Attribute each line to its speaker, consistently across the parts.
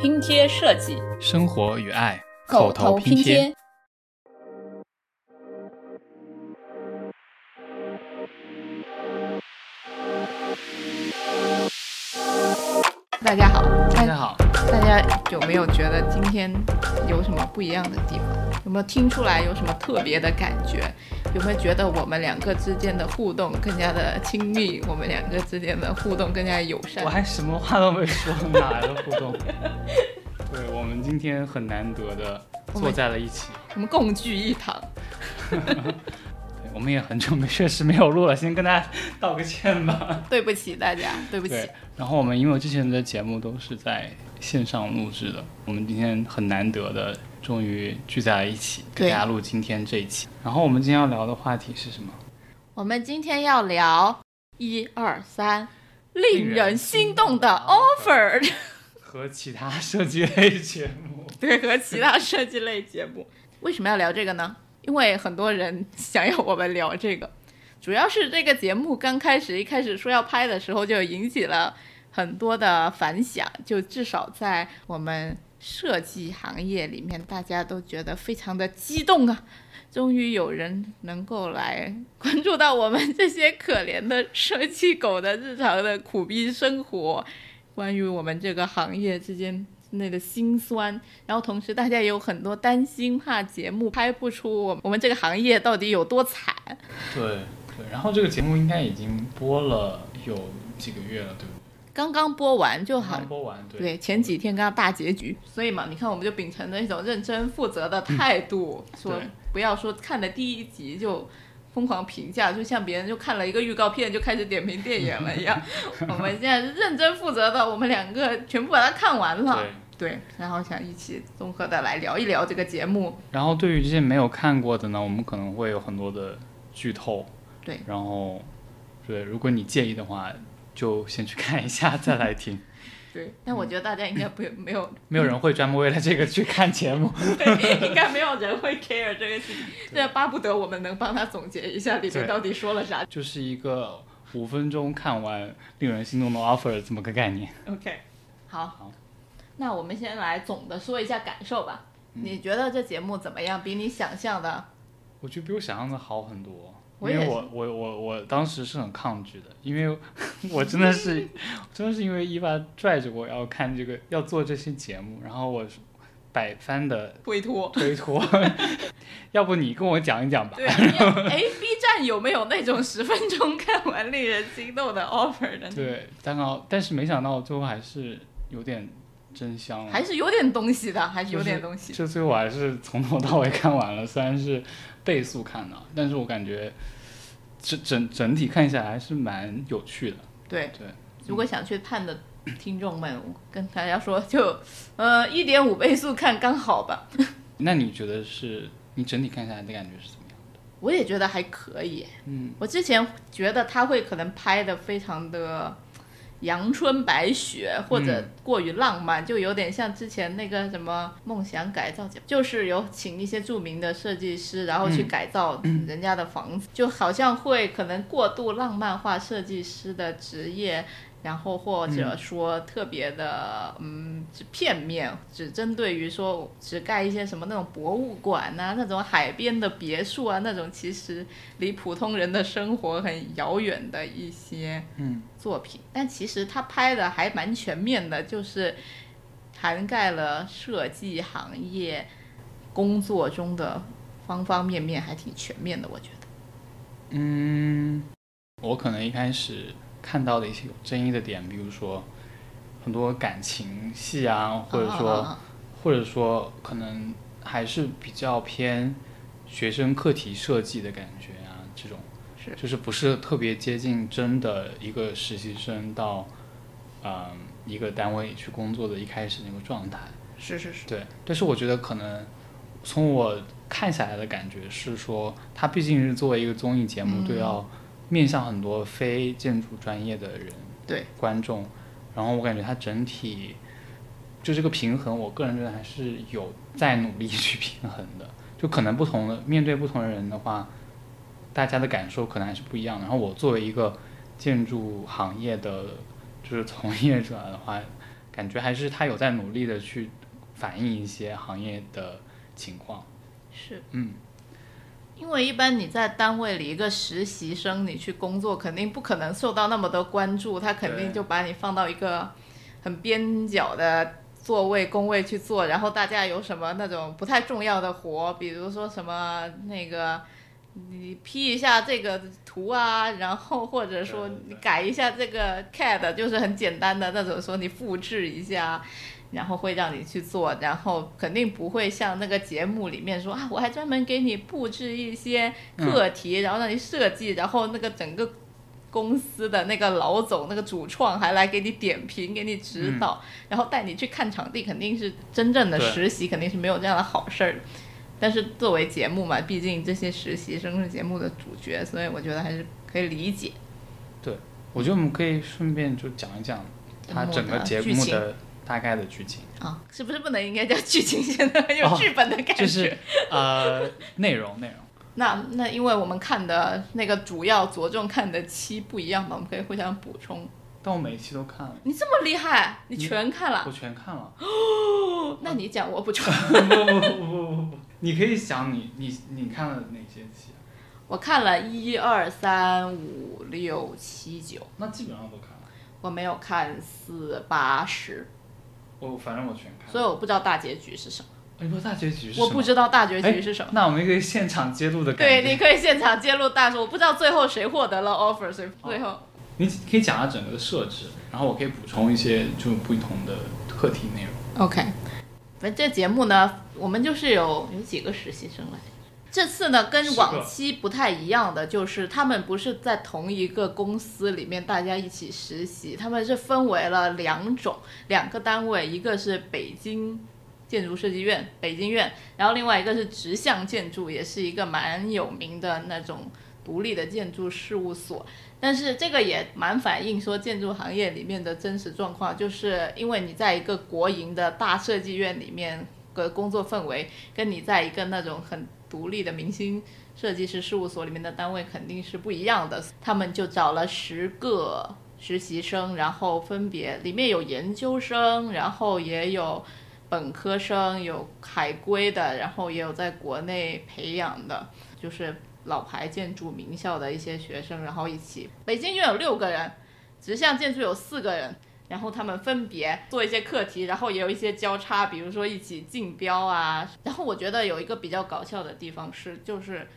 Speaker 1: 拼贴设计，
Speaker 2: 生活与爱，
Speaker 1: 口
Speaker 2: 头
Speaker 1: 拼
Speaker 2: 拼贴。
Speaker 1: 贴。
Speaker 3: 大家好，
Speaker 2: 大
Speaker 3: 大
Speaker 2: 家好，
Speaker 3: 大家有没有觉得今天有什么不一样的地方？有没有听出来有什么特别的感觉？有没有觉得我们两个之间的互动更加的亲密？我们两个之间的互动更加友善
Speaker 2: 我？还什么话都没说，哪来的互动？对我们今天很难得的
Speaker 3: 我
Speaker 2: 坐
Speaker 3: 们
Speaker 2: 在了一起，
Speaker 3: 我们共聚一堂。
Speaker 2: 对我们也很久没确实没有录了，先跟大家道个歉吧。
Speaker 3: 对不起大家，对 不起
Speaker 2: 对。，然后我们因为之前的节目都是在线上录制的，我们今天很难得的终于聚在了一起，给
Speaker 3: 对
Speaker 2: 大家录今天这一期。然后我们今天要聊的话题是什么？
Speaker 3: 我们今天要聊一二三，
Speaker 2: 令
Speaker 3: 令
Speaker 2: 人
Speaker 3: 人
Speaker 2: 心
Speaker 3: 心
Speaker 2: 动
Speaker 3: 动
Speaker 2: 的
Speaker 3: 的 offer。
Speaker 2: 和其他设计类节目。
Speaker 3: 对，和其他设计类节目。为什么要聊这个呢？因为很多人想要我们聊这个，主要是这个节目刚开始一开始说要拍的时候，就引起了很多的反响，就至少在我们设计行业里面，大家都觉得非常的激动啊。终于有人能够来关注到我们这些可怜的设计狗的日常的苦逼生活，关于我们这个行业之间之内的辛酸，然后同时大家也有很多担心，怕节目拍不出我们我们这个行业到底有多惨。
Speaker 2: 对对，然后这个节目应该已经播了有几个月了，对不对？
Speaker 3: 刚刚播完就好
Speaker 2: 刚，播完，嗯对
Speaker 3: 对，前几天刚刚大结局，所以嘛，你看我们就秉承着一种认真负责的态度，说
Speaker 2: 对
Speaker 3: 不要说看了第一集就。疯狂评价，就像别人就看了一个预告片就开始点评电影了一 样。我们现在是认真负责的，我们两个全部把它看完了。
Speaker 2: 对。
Speaker 3: 对，然后想一起综合的来聊一聊这个节目。
Speaker 2: 然后对于这些没有看过的呢，我们可能会有很多的剧透。
Speaker 3: 对
Speaker 2: 然后，对，如果你介意的话，就先去看一下再 来听。
Speaker 3: 对，但我觉得大家应该不没有
Speaker 2: 没有人会专门为了这个去看节目。
Speaker 3: 对，应该没有人会 care 这个事情。
Speaker 2: 对
Speaker 3: 这巴不得我们能帮他总结一下里
Speaker 2: 对
Speaker 3: 面到底说了啥。
Speaker 2: 就是一个五分钟看完令人心动的 offer 这么个概念。
Speaker 3: OK，好，
Speaker 2: 好
Speaker 3: 那我们先来总的说一下感受吧。你觉得这节目怎么样？比你想象的，
Speaker 2: 我觉得比我想象的好很多，
Speaker 3: 我
Speaker 2: 因
Speaker 3: 也
Speaker 2: 为
Speaker 3: 是
Speaker 2: 我我我我当时是很抗拒的，因 为我真的是真的是因为伊娃拽着我要看这个要做这些节目，然后我是百番的
Speaker 3: 推脱。
Speaker 2: 推脱， 要不你跟我讲一讲吧？
Speaker 3: 对，你要哎，B 站有没有那种十分钟看完令人心动的 offer 的？，
Speaker 2: 对，但好，但是没想到最后还是有点真香了，
Speaker 3: 还是有点东西的，还是有点东西。
Speaker 2: 这最后我还是从头到尾看完了，虽然是倍速看的，但是我感觉整整整体看下来还是蛮有趣的。
Speaker 3: 对
Speaker 2: 对，
Speaker 3: 如果想去看的听众们，我跟大家说，就呃一点五倍速看刚好吧。
Speaker 2: 那你觉得是你整体看下来的感觉是怎么样？
Speaker 3: 我也觉得还可以。
Speaker 2: 嗯，
Speaker 3: 我之前觉得他会可能拍的非常的阳春白雪，或者过于浪漫，就有点像之前那个什么梦想改造节目，就是有请一些著名的设计师，然后去
Speaker 2: 嗯
Speaker 3: 改造人家的房子，就好像会可能过度浪漫化设计师的职业。然后或者说特别的，嗯，只片面，只针对于说只盖一些什么那种博物馆呐、那种海边的别墅啊，那种其实离普通人的生活很遥远的一些
Speaker 2: 嗯
Speaker 3: 作品。但其实他拍的还蛮全面的，就是涵盖了设计行业工作中的方方面面，还挺全面的，我觉得。
Speaker 2: 嗯，我可能一开始看到的一些有争议的点，比如说很多感情戏啊，或者说、
Speaker 3: 啊啊啊
Speaker 2: 或者说可能还是比较偏学生课题设计的感觉啊，这种
Speaker 3: 是
Speaker 2: 就是不是特别接近真的一个实习生到嗯、一个单位去工作的一开始那个状态。
Speaker 3: 是是是，
Speaker 2: 对，但是我觉得可能从我看下来的感觉是说，它毕竟是作为一个综艺节目，对要面向很多非建筑专业的人
Speaker 3: 对
Speaker 2: 观众，然后我感觉它整体就这个平衡，我个人觉得还是有在努力去平衡的。就可能不同的面对不同的人的话，大家的感受可能还是不一样的。然后我作为一个建筑行业的就是从业者的话，感觉还是他有在努力的去反映一些行业的情况。
Speaker 3: 是
Speaker 2: 嗯，
Speaker 3: 因为一般你在单位里一个实习生，你去工作肯定不可能受到那么多关注，他肯定
Speaker 2: 对
Speaker 3: 就把你放到一个很边角的座位工位去做，然后大家有什么那种不太重要的活，比如说什么那个。你 P 一下这个图啊，然后或者说
Speaker 2: 对对对
Speaker 3: 你改一下这个 CAD，就是很简单的那种，说你复制一下，然后会让你去做，然后肯定不会像那个节目里面说啊，我还专门给你布置一些
Speaker 2: 嗯
Speaker 3: 课题，然后让你设计，然后那个整个公司的那个老总、那个主创还来给你点评、给你指导，然后带你去看场地，肯定是真正的
Speaker 2: 嗯对
Speaker 3: 实习，肯定是没有这样的好事儿。但是作为节目嘛，毕竟这些实习生是节目的主角，所以我觉得还是可以理解。
Speaker 2: 我觉得我们可以顺便就讲一讲它整个节
Speaker 3: 剧
Speaker 2: 目
Speaker 3: 情
Speaker 2: 的大概的剧情，
Speaker 3: 啊，是不是不能应该叫剧情线的，很有
Speaker 2: 哦
Speaker 3: 剧本的感觉？
Speaker 2: 就是呃内容内容。
Speaker 3: 那那因为我们看的那个主要着重看的期不一样嘛，我们可以互相补充。
Speaker 2: 但我每一期都看了，
Speaker 3: 你这么厉害，你
Speaker 2: 你
Speaker 3: 全看了
Speaker 2: 我？全看了。
Speaker 3: 那你讲，我补充。
Speaker 2: 不不不不不不，你可以想你你你看了哪些期啊？
Speaker 3: 我看了一二三五六七九，
Speaker 2: 那基本上都看了。
Speaker 3: 我没有看四八十，
Speaker 2: 我反正我全看
Speaker 3: 所以
Speaker 2: 了。
Speaker 3: 我不知道大结局是什么，
Speaker 2: 哎，不，大结局是什么
Speaker 3: 我不知道大结局是什么。
Speaker 2: 那我们可以现场揭露的感
Speaker 3: 对，
Speaker 2: 觉。
Speaker 3: 你可以现场揭露大叔，我不知道最后谁获得了 offer，谁
Speaker 2: 哦
Speaker 3: 最后、
Speaker 2: 你可以讲下整个的设置，然后我可以补充一些就不同的课题内容。
Speaker 3: OK，反正这节目呢，我们就是有有几个实习生来着。这次呢，
Speaker 2: 十
Speaker 3: 跟
Speaker 2: 个
Speaker 3: 往期不太一样的就是，他们不是在同一个公司里面大家一起实习，他们是分为了两种两个单位，一个是北京建筑设计院北京院，然后另外一个是直向建筑，也是一个蛮有名的那种独立的建筑事务所。但是这个也蛮反映说建筑行业里面的真实状况，就是因为你在一个国营的大设计院里面的工作氛围，跟你在一个那种很独立的明星设计师事务所里面的单位肯定是不一样的。他们就找了十个实习生，然后分别里面有研究生，然后也有本科生，有海归的，然后也有在国内培养的，就是老牌建筑名校的一些学生，然后一起。北京院有六个人，直向建筑有四个人，然后他们分别做一些课题，然后也有一些交叉，比如说一起竞标啊。然后我觉得有一个比较搞笑的地方是，就是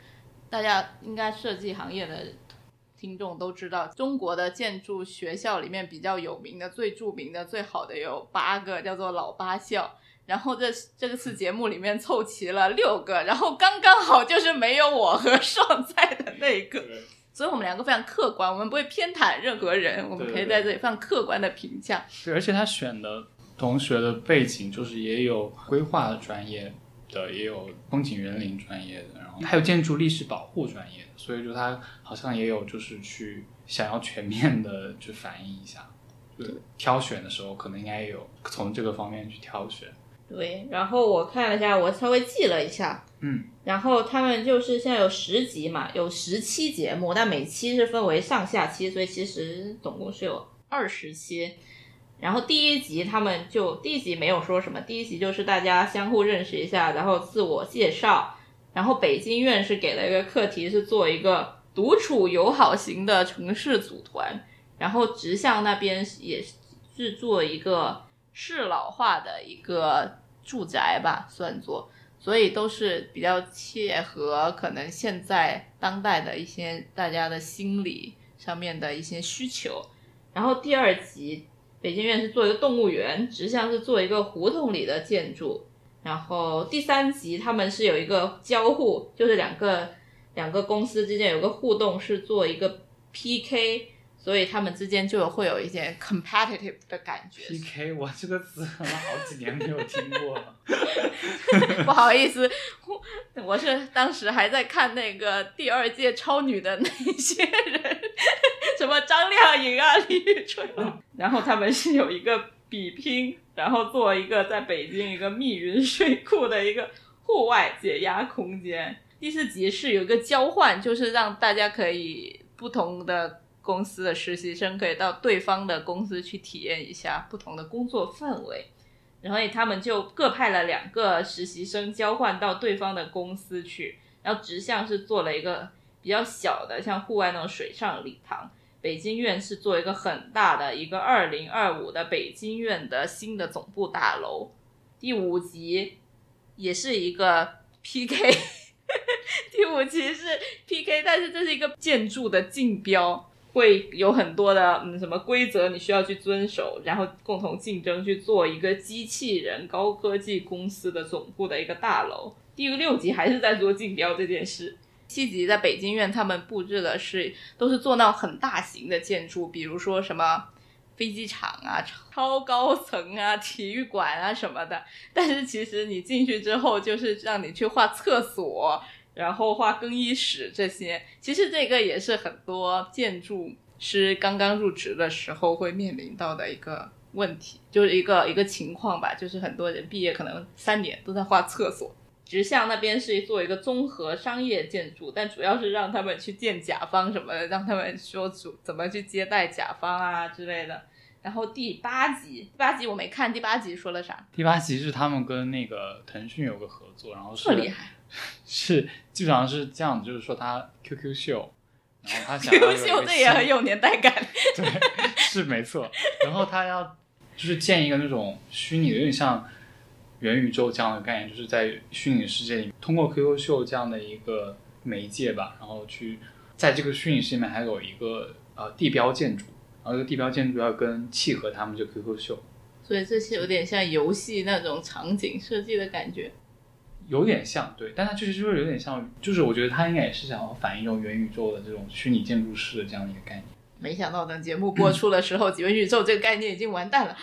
Speaker 3: 大家应该设计行业的。听众都知道，中国的建筑学校里面比较有名的、最著名的、最好的有八个，叫做老八校。然后这这次节目里面凑齐了六个，然后刚刚好就是没有我和爽在的那一个，所以我们两个非常客观，我们不会偏袒任何人，我们可以在这里非常客观的评价。
Speaker 2: 对，而且他选的同学的背景就是也有规划专业的，也有风景园林专业的，然后还有建筑历史保护专业的，所以就他好像也有就是去想要全面的去反映一下。对，挑选的时候可能应该也有从这个方面去挑选。
Speaker 3: 对，然后我看了一下，我稍微记了一下，
Speaker 2: 嗯，
Speaker 3: 然后他们就是现在有十集嘛，有十期节目，但每期是分为上下期，所以其实总共是有二十期。然后第一集他们就第一集没有说什么，第一集就是大家相互认识一下，然后自我介绍。然后北京院是给了一个课题，是做一个独处友好型的城市组团，然后直向那边也是做一个适老化的一个住宅吧，算作。所以都是比较切合可能现在当代的一些大家的心理上面的一些需求。然后第二集，北京院是做一个动物园，直向是做一个胡同里的建筑。然后第三集他们是有一个交互，就是两个两个公司之间有个互动，是做一个 PK，所以他们之间就有会有一些 competitive 的感觉。
Speaker 2: PK，我这个词我好几年没有听过了。
Speaker 3: 不好意思，我我是当时还在看那个第二届超女的那些人，什么张靓颖啊、李宇春啊， 然后他们是有一个比拼，然后做一个在北京一个密云水库的一个户外解压空间。第四集是有一个交换，就是让大家可以不同的。公司的实习生可以到对方的公司去体验一下不同的工作氛围。然后他们就各派了两个实习生交换到对方的公司去，然后直向是做了一个比较小的，像户外那种水上礼堂。北京院是做一个很大的一个二零二五的北京院的新的总部大楼。第五集也是一个 PK，第五集是 PK，但是这是一个建筑的竞标，会有很多的嗯什么规则你需要去遵守，然后共同竞争去做一个机器人高科技公司的总部的一个大楼。第六集还是在做竞标这件事。七集在北京院，他们布置的是都是做到很大型的建筑，比如说什么飞机场啊、超高层啊、体育馆啊什么的。但是其实你进去之后，就是让你去画厕所，然后画更衣室这些。其实这个也是很多建筑师刚刚入职的时候会面临到的一个问题，就是一个一个情况吧。就是很多人毕业可能三年都在画厕所。直向那边是做一个综合商业建筑，但主要是让他们去见甲方什么的，让他们说主怎么去接待甲方啊之类的。然后第八集，第八集我没看，第八集说了啥？
Speaker 2: 第八集是他们跟那个腾讯有个合作，然后是
Speaker 3: 这么厉 害，
Speaker 2: 是基本上是这样，就是说他 QQ 秀，然 后他想要有
Speaker 3: 优
Speaker 2: 一个
Speaker 3: 秀，这也很
Speaker 2: 新
Speaker 3: 有年代感。
Speaker 2: 对，是没错。然后他要就是建一个那种虚拟的，有点像元宇宙这样的概念，就是在虚拟世界里通过 QQ 秀这样的一个媒介吧，然后去在这个虚拟世界里面还有一个呃地标建筑，然后这个地标建筑要跟契合他们这 QQ 秀，
Speaker 3: 所以这些有点像游戏那种场景设计的感觉。
Speaker 2: 有点像对，但它确实就是有点像，就是我觉得它应该也是想要反映一种元宇宙的这种虚拟建筑师的这样的一个概念。
Speaker 3: 没想到等节
Speaker 2: 嗯
Speaker 3: 目播出的时候，元宇宙这个概念已经完蛋了。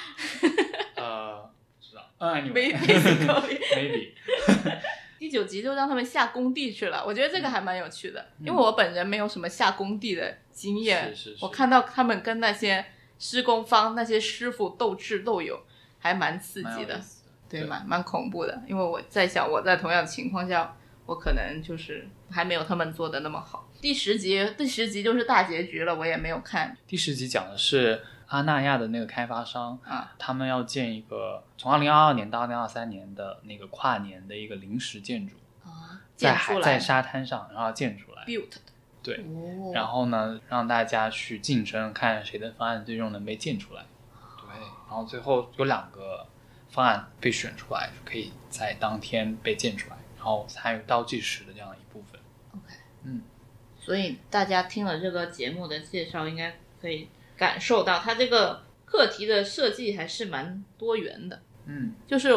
Speaker 2: 呃，不知道，嗯
Speaker 3: 没
Speaker 2: ，anyway，maybe，
Speaker 3: 没想到第九集就让他们下工地去了，我觉得
Speaker 2: 嗯
Speaker 3: 这个还蛮有趣的，因为我本人没有什么下工地的经验，
Speaker 2: 是是是
Speaker 3: 我看到他们跟那些施工方、那些师傅斗智斗勇，还蛮刺
Speaker 2: 蛮有
Speaker 3: 激
Speaker 2: 意
Speaker 3: 的，
Speaker 2: 思的，
Speaker 3: 对，蛮蛮恐怖的。因为我在想，我在同样情况下，我可能就是还没有他们做的那么好。第十集，第十集就是大结局了，我也没有看
Speaker 2: 第十集讲的是阿那亚的那个开发商，
Speaker 3: 啊，
Speaker 2: 他们要建一个从二零二二年到二零二三年的那个跨年的一个临时建筑，
Speaker 3: 啊，
Speaker 2: 在
Speaker 3: 建出
Speaker 2: 海
Speaker 3: 来
Speaker 2: 在沙滩上，然后建出来，
Speaker 3: built 的，
Speaker 2: 对
Speaker 3: 哦，
Speaker 2: 然后呢让大家去竞争，看谁的方案最终能被建出来。对，然后最后有两个方案被选出来，可以在当天被建出来，然后参与倒计时的这样一部分。
Speaker 3: 所以大家听了这个节目的介绍，应该可以感受到它这个课题的设计还是蛮多元的。
Speaker 2: 嗯，
Speaker 3: 就是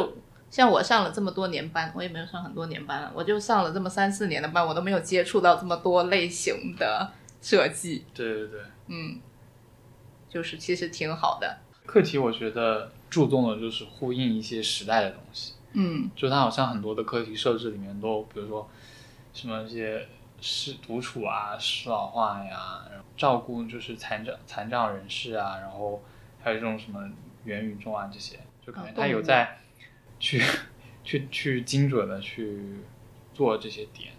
Speaker 3: 像我上了这么多年班，我也没有上很多年班了，我就上了这么三四年的班，我都没有接触到这么多类型的设计。
Speaker 2: 对对对。
Speaker 3: 嗯，就是其实挺好的。
Speaker 2: 课题我觉得注重的就是呼应一些时代的东西，
Speaker 3: 嗯，
Speaker 2: 就它好像很多的课题设置里面都，比如说什么一些是独处啊、适老化呀，然后照顾就是残障残障人士啊，然后还有这种什么元宇宙啊这些，就感觉
Speaker 3: 啊
Speaker 2: 它有
Speaker 3: 动物
Speaker 2: 在去去去精准的去做这些点。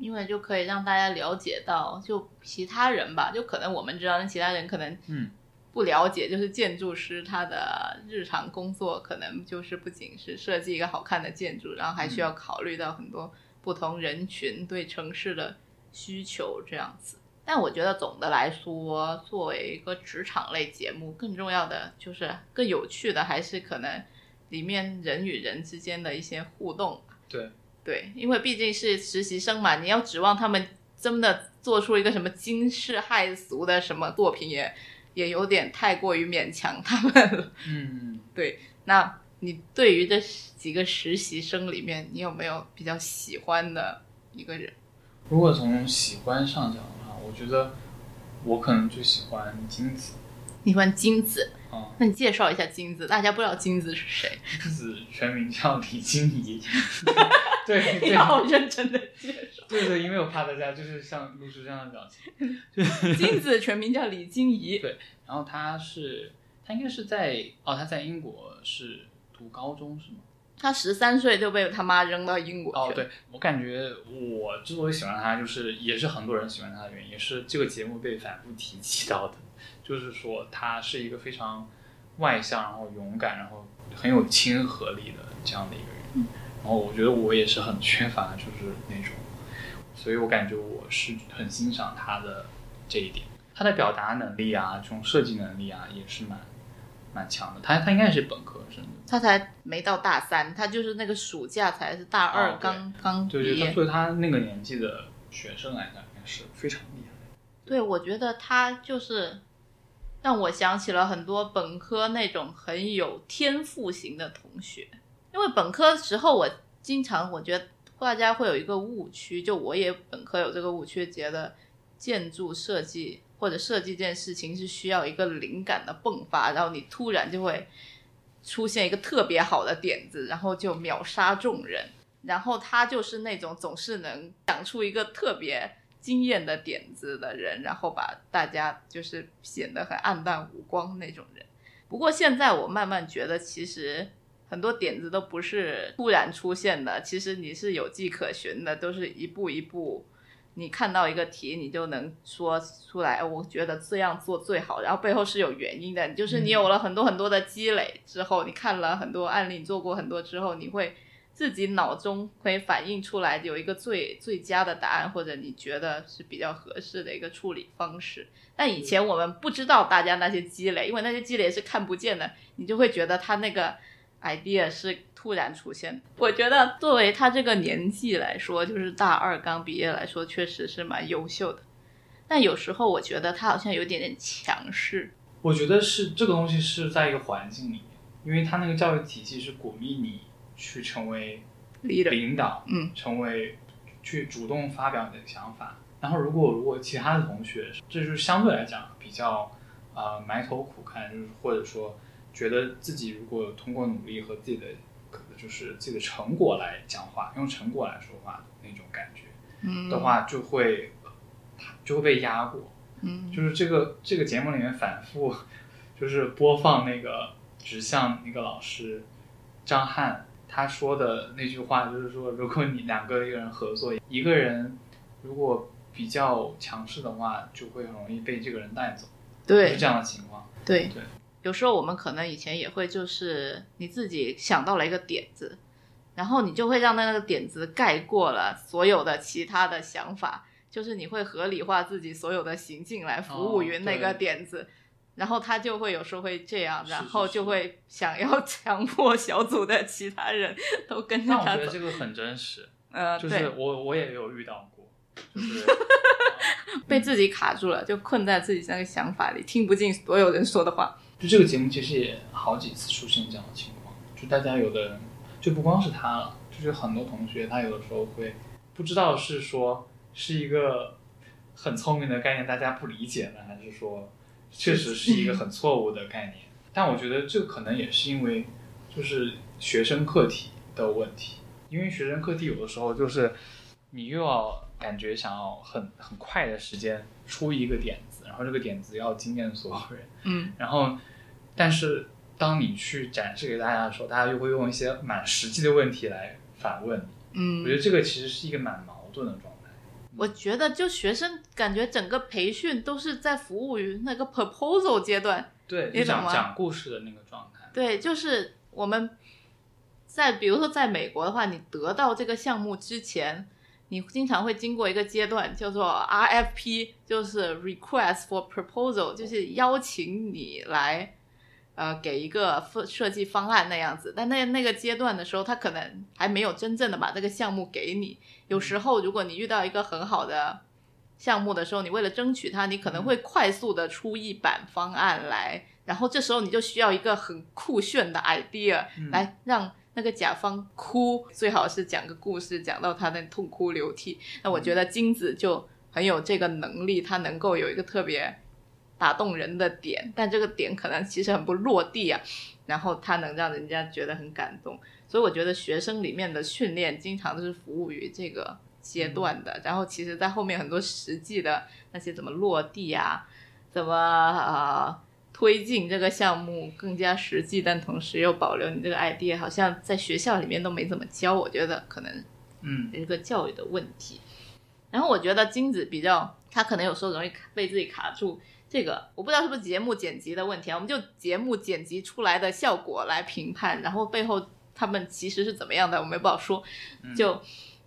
Speaker 3: 因为就可以让大家了解到，就其他人吧，就可能我们知道，但其他人可能
Speaker 2: 嗯，
Speaker 3: 不了解，就是建筑师他的日常工作可能就是不仅是设计一个好看的建筑，然后还需要考虑到很多不同人群对城市的需求这样子。但我觉得总的来说，作为一个职场类节目，更重要的就是更有趣的还是可能里面人与人之间的一些互动。
Speaker 2: 对，
Speaker 3: 对，因为毕竟是实习生嘛，你要指望他们真的做出一个什么惊世骇俗的什么作品也，也有点太过于勉强他们 了。
Speaker 2: 嗯，
Speaker 3: 那你对于这几个实习生里面，你有没有比较喜欢的一个人？
Speaker 2: 如果从喜欢上讲的话，我觉得我可能最喜欢金子
Speaker 3: 你喜欢金子？
Speaker 2: 啊。嗯
Speaker 3: 那你介绍一下金子，大家不知道金 子是谁？
Speaker 2: 子全名叫李金 怡。 对对
Speaker 3: 你
Speaker 2: 对
Speaker 3: 好认真的介绍。
Speaker 2: 对，因为我怕大家就是像露出这样的表情。
Speaker 3: 金子全名叫李金怡，
Speaker 2: 然后他是他应该是在哦，他在英国是读高中是吗？
Speaker 3: 他十三岁就被他妈扔到英国
Speaker 2: 哦，
Speaker 3: 去了。
Speaker 2: 对我感觉我之所以喜欢他，就是也是很多人喜欢他的原因，也是这个节目被反复提及到的，就是说他是一个非常外向，然后勇敢，然后很有亲和力的这样的一个人。然后我觉得我也是很缺乏就是那种，所以我感觉我是很欣赏他的这一点，他的表达能力啊，这种设计能力啊，也是蛮蛮强的。他他应该是本科生的。
Speaker 3: 他才没到大三，他就是那个暑假才是大二
Speaker 2: 哦对
Speaker 3: 刚、刚
Speaker 2: 对
Speaker 3: 毕
Speaker 2: 对，他
Speaker 3: 业。
Speaker 2: 作为他那个年纪的学生来讲，应该是非常厉害的。
Speaker 3: 对，我觉得他就是让我想起了很多本科那种很有天赋型的同学，因为本科时候我经常我觉得大家会有一个误区，就我也本科有这个误区，觉得建筑设计或者设计这件事情是需要一个灵感的迸发，然后你突然就会出现一个特别好的点子，然后就秒杀众人。然后他就是那种总是能想出一个特别惊艳的点子的人，然后把大家就是显得很暗淡无光那种人。不过现在我慢慢觉得，其实很多点子都不是突然出现的，其实你是有迹可循的，都是一步一步。你看到一个题，你就能说出来，哎我觉得这样做最好，然后背后是有原因的。就是你有了很多很多的积累之后，你看了很多案例，你做过很多之后，你会自己脑中可以反映出来有一个最最佳的答案，或者你觉得是比较合适的一个处理方式。但以前我们不知道大家那些积累，因为那些积累是看不见的，你就会觉得他那个 idea 是突然出现的。我觉得作为他这个年纪来说，就是大二刚毕业来说，确实是蛮优秀的。但有时候我觉得他好像有点点强势，
Speaker 2: 我觉得是这个东西是在一个环境里面，因为他那个教育体系是鼓励你去成为
Speaker 3: leader，
Speaker 2: 领导，
Speaker 3: 嗯，
Speaker 2: 成为去主动发表你的想法。然后如果如果其他的同学，这就是相对来讲比较呃埋头苦干，就是或者说觉得自己如果通过努力和自己的可就是自己的成果来讲话，用成果来说话的那种感觉。
Speaker 3: 嗯
Speaker 2: 的，话，就会就会被压过。
Speaker 3: 嗯，
Speaker 2: 就是这个这个节目里面反复就是播放那个指向那个老师张翰他说的那句话，就是说如果你两个人合作，一个人如果比较强势的话，就会很容易被这个人带走，
Speaker 3: 对
Speaker 2: 是，这样的情况。
Speaker 3: 对
Speaker 2: 对
Speaker 3: 有时候我们可能以前也会，就是你自己想到了一个点子，然后你就会让那个点子盖过了所有的其他的想法，就是你会合理化自己所有的行径来服务
Speaker 2: 哦
Speaker 3: 于那个
Speaker 2: 对
Speaker 3: 点子。然后他就会有时候会这样，
Speaker 2: 是
Speaker 3: 然
Speaker 2: 是
Speaker 3: 后
Speaker 2: 是
Speaker 3: 就会想要强迫小组的其他人都跟着
Speaker 2: 但我
Speaker 3: 他
Speaker 2: 觉得
Speaker 3: 走。
Speaker 2: 这个很真实，
Speaker 3: 呃，
Speaker 2: 就是
Speaker 3: 对，
Speaker 2: 我我也有遇到过，就是
Speaker 3: 被自己卡住了，就困在自己那个想法里，听不进所有人说的话。
Speaker 2: 就这个节目其实也好几次出现这样的情况，就大家有的人就不光是他了，就是很多同学他有的时候会不知道是说是一个很聪明的概念，大家不理解呢，还是说确实是一个很错误的概念？但我觉得这可能也是因为就是学生课题的问题，因为学生课题有的时候就是你又要感觉想要很很快的时间出一个点子，然后这个点子要惊艳所有人。
Speaker 3: 嗯，
Speaker 2: 然后，但是当你去展示给大家的时候，大家又会用一些蛮实际的问题来反问你。
Speaker 3: 嗯
Speaker 2: 我觉得这个其实是一个蛮矛盾的状态。
Speaker 3: 我觉得就学生感觉整个培训都是在服务于那个 proposal 阶段，
Speaker 2: 对，
Speaker 3: 你
Speaker 2: 就讲
Speaker 3: 懂吗
Speaker 2: 讲故事的那个状态。
Speaker 3: 对，就是我们在比如说在美国的话，你得到这个项目之前，你经常会经过一个阶段叫做 RFP，就是 request for proposal，就是邀请你来。呃，给一个设设计方案那样子，但那那个阶段的时候，他可能还没有真正的把这个项目给你。有时候，如果你遇到一个很好的项目的时候，你为了争取它，你可能会快速的出一版方案来，然后这时候你就需要一个很酷炫的 idea
Speaker 2: 嗯
Speaker 3: 来让那个甲方哭，最好是讲个故事，讲到他的痛哭流涕。那我觉得金子就很有这个能力，他能够有一个特别打动人的点，但这个点可能其实很不落地啊，然后他能让人家觉得很感动。所以我觉得学生里面的训练经常都是服务于这个阶段的，然后其实，在后面很多实际的那些怎么落地啊，怎么呃推进这个项目更加实际，但同时又保留你这个 idea，好像在学校里面都没怎么教。我觉得可能
Speaker 2: 嗯
Speaker 3: 也是个教育的问题。然后我觉得金子比较，他可能有时候容易卡被自己卡住。这个我不知道是不是节目剪辑的问题啊，我们就节目剪辑出来的效果来评判，然后背后他们其实是怎么样的，我们不好说。就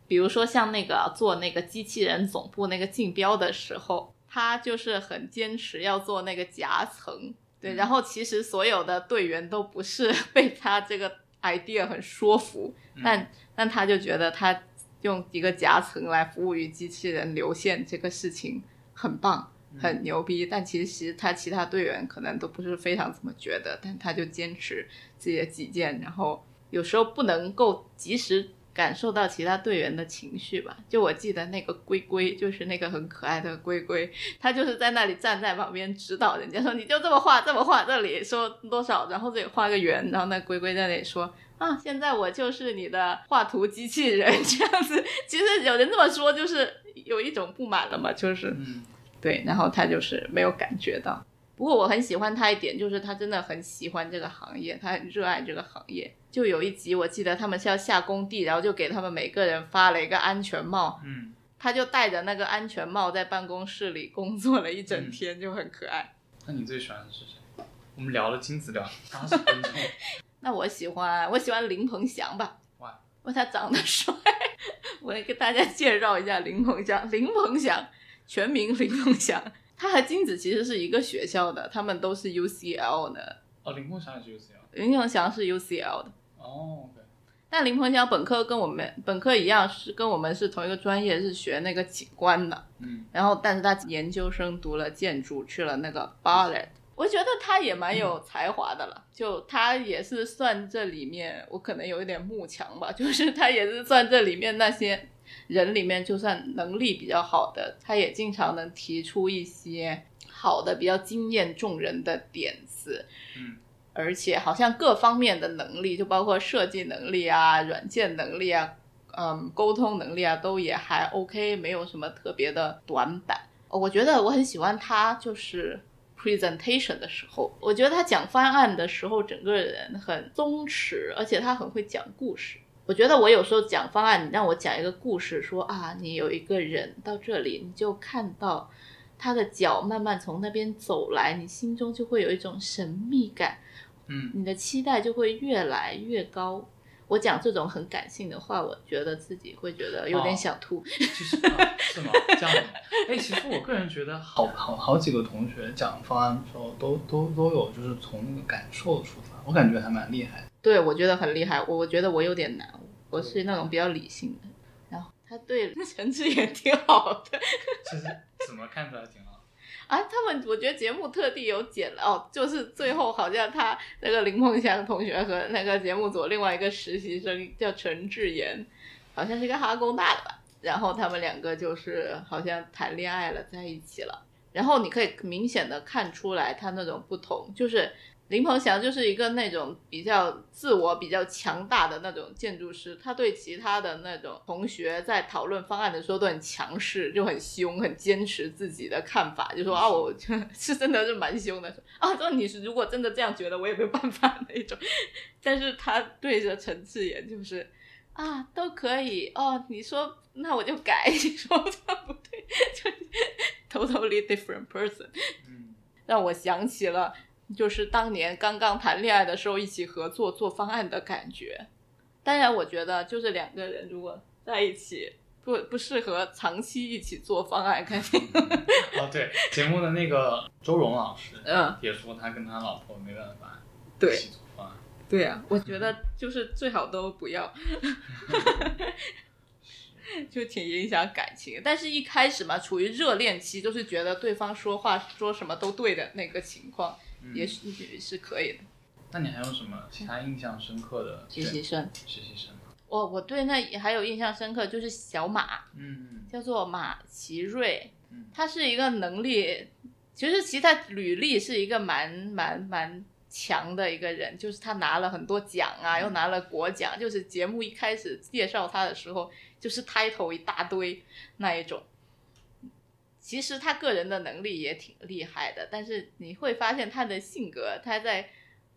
Speaker 3: 比如说像那个啊做那个机器人总部那个竞标的时候，他就是很坚持要做那个夹层，对，然后其实所有的队员都不是 被他这个 idea 很说服，但但他就觉得他用一个夹层来服务于机器人流线这个事情很棒。很牛逼，但其实他其他队员可能都不是非常这么觉得，但他就坚持自己的己见，然后有时候不能够及时感受到其他队员的情绪吧。就我记得那个龟龟，就是那个很可爱的龟龟，他就是在那里站在旁边指导人家说：“你就这么画，这么画，这里说多少，然后这里画个圆。”然后那龟龟在那里说。啊！现在我就是你的画图机器人，这样子。其实有人这么说，就是有一种不满了嘛，就是
Speaker 2: 嗯
Speaker 3: 对，然后他就是没有感觉到。不过我很喜欢他一点，就是他真的很喜欢这个行业，他很热爱这个行业。就有一集我记得他们是要下工地，然后就给他们每个人发了一个安全帽，
Speaker 2: 嗯
Speaker 3: 他就戴着那个安全帽在办公室里工作了一整天，就很可爱。
Speaker 2: 那你最喜欢的是谁？我们聊了金子聊八十 分钟，
Speaker 3: 那我喜欢我喜欢林鹏翔吧，
Speaker 2: 哇，
Speaker 3: 因为他长得帅。 我来给大家介绍一下林鹏翔，林鹏翔全名林鹏翔，他和金子其实是一个学校的，他们都是 UCL 的
Speaker 2: 哦，林梦霞也是 UCL
Speaker 3: 林鹏翔是 UCL 的，
Speaker 2: 哦，OK，
Speaker 3: 但林鹏翔本科跟我们本科一样，是跟我们是同一个专业，是学那个景观的。
Speaker 2: 嗯
Speaker 3: 然后，但是他研究生读了建筑，去了那个 Barlet。我觉得他也蛮有才华的了，就他也是算这里面，我可能有一点慕强吧， 就是他也是算这里面那些人里面，就算能力比较好的，他也经常能提出一些好的、比较惊艳众人的点子。
Speaker 2: 嗯
Speaker 3: 而且好像各方面的能力，就包括设计能力啊、软件能力啊、嗯、沟通能力啊，都也还 OK，没有什么特别的短板。哦我觉得我很喜欢他，就是 presentation 的时候，我觉得他讲方案的时候，整个人很松弛，而且他很会讲故事。我觉得我有时候讲方案，你让我讲一个故事，说啊，你有一个人到这里，你就看到他的脚慢慢从那边走来，你心中就会有一种神秘感。
Speaker 2: 嗯
Speaker 3: 你的期待就会越来越高。我讲这种很感性的话，我觉得自己会觉得有点想吐。
Speaker 2: 其实、啊、是吗？这样吗？哎，其实我个人觉得好，好好几个同学讲方案的时候，都都都有就是从那个感受出发，我感觉还蛮厉害的。
Speaker 3: 对，我觉得很厉害。我我觉得我有点难，我是那种比较理性的。然后他对 陈志远挺好的
Speaker 2: 其实怎么看出来挺好。
Speaker 3: 啊，他们我觉得节目特地有剪了哦，就是最后好像他那个林梦祥同学和那个节目组另外一个实习生叫陈志妍，好像是个哈工大的吧。然后他们两个就是好像谈恋爱了，在一起了。然后你可以明显的看出来他那种不同，就是林鹏翔就是一个那种比较自我比较强大的那种建筑师，他对其他的那种同学在讨论方案的时候都很强势，就很凶，很坚持自己的看法，就说啊，我 是真的是蛮凶的，啊，说你是如果真的这样觉得，我也没有办法那种。 但是他对着陈志远就是啊，都可以哦，你说那我就改， 你说这不对，就是 totally different person。
Speaker 2: 嗯
Speaker 3: 让我想起了就是当年刚刚谈恋爱的时候一起合作做方案的感觉。当然，我觉得就是两个人如果在一起不不适合长期一起做方案，肯定
Speaker 2: 哦，对，节目的那个周荣老师
Speaker 3: 嗯，
Speaker 2: 也说他跟他老婆没办法
Speaker 3: 对
Speaker 2: 一起做方案。
Speaker 3: 对啊，我觉得就是最好都不要， 就挺影响感情。但是，一开始嘛，处于热恋期，就是觉得对方说话说什么都对的那个情况，
Speaker 2: 嗯
Speaker 3: 也许也是可以的。
Speaker 2: 那你还有什么其他印象深刻的
Speaker 3: 实习生，
Speaker 2: 实习生吗？
Speaker 3: 我我对那也还有印象深刻，就是小马，
Speaker 2: 嗯
Speaker 3: 叫做马奇瑞
Speaker 2: 嗯，
Speaker 3: 他是一个能力，其实其实他履历是一个蛮蛮蛮强的一个人，就是他拿了很多奖啊，又拿了国奖，就是节目一开始介绍他的时候，就是 title 一大堆那一种。其实他个人的能力也挺厉害的，但是你会发现他的性格，他在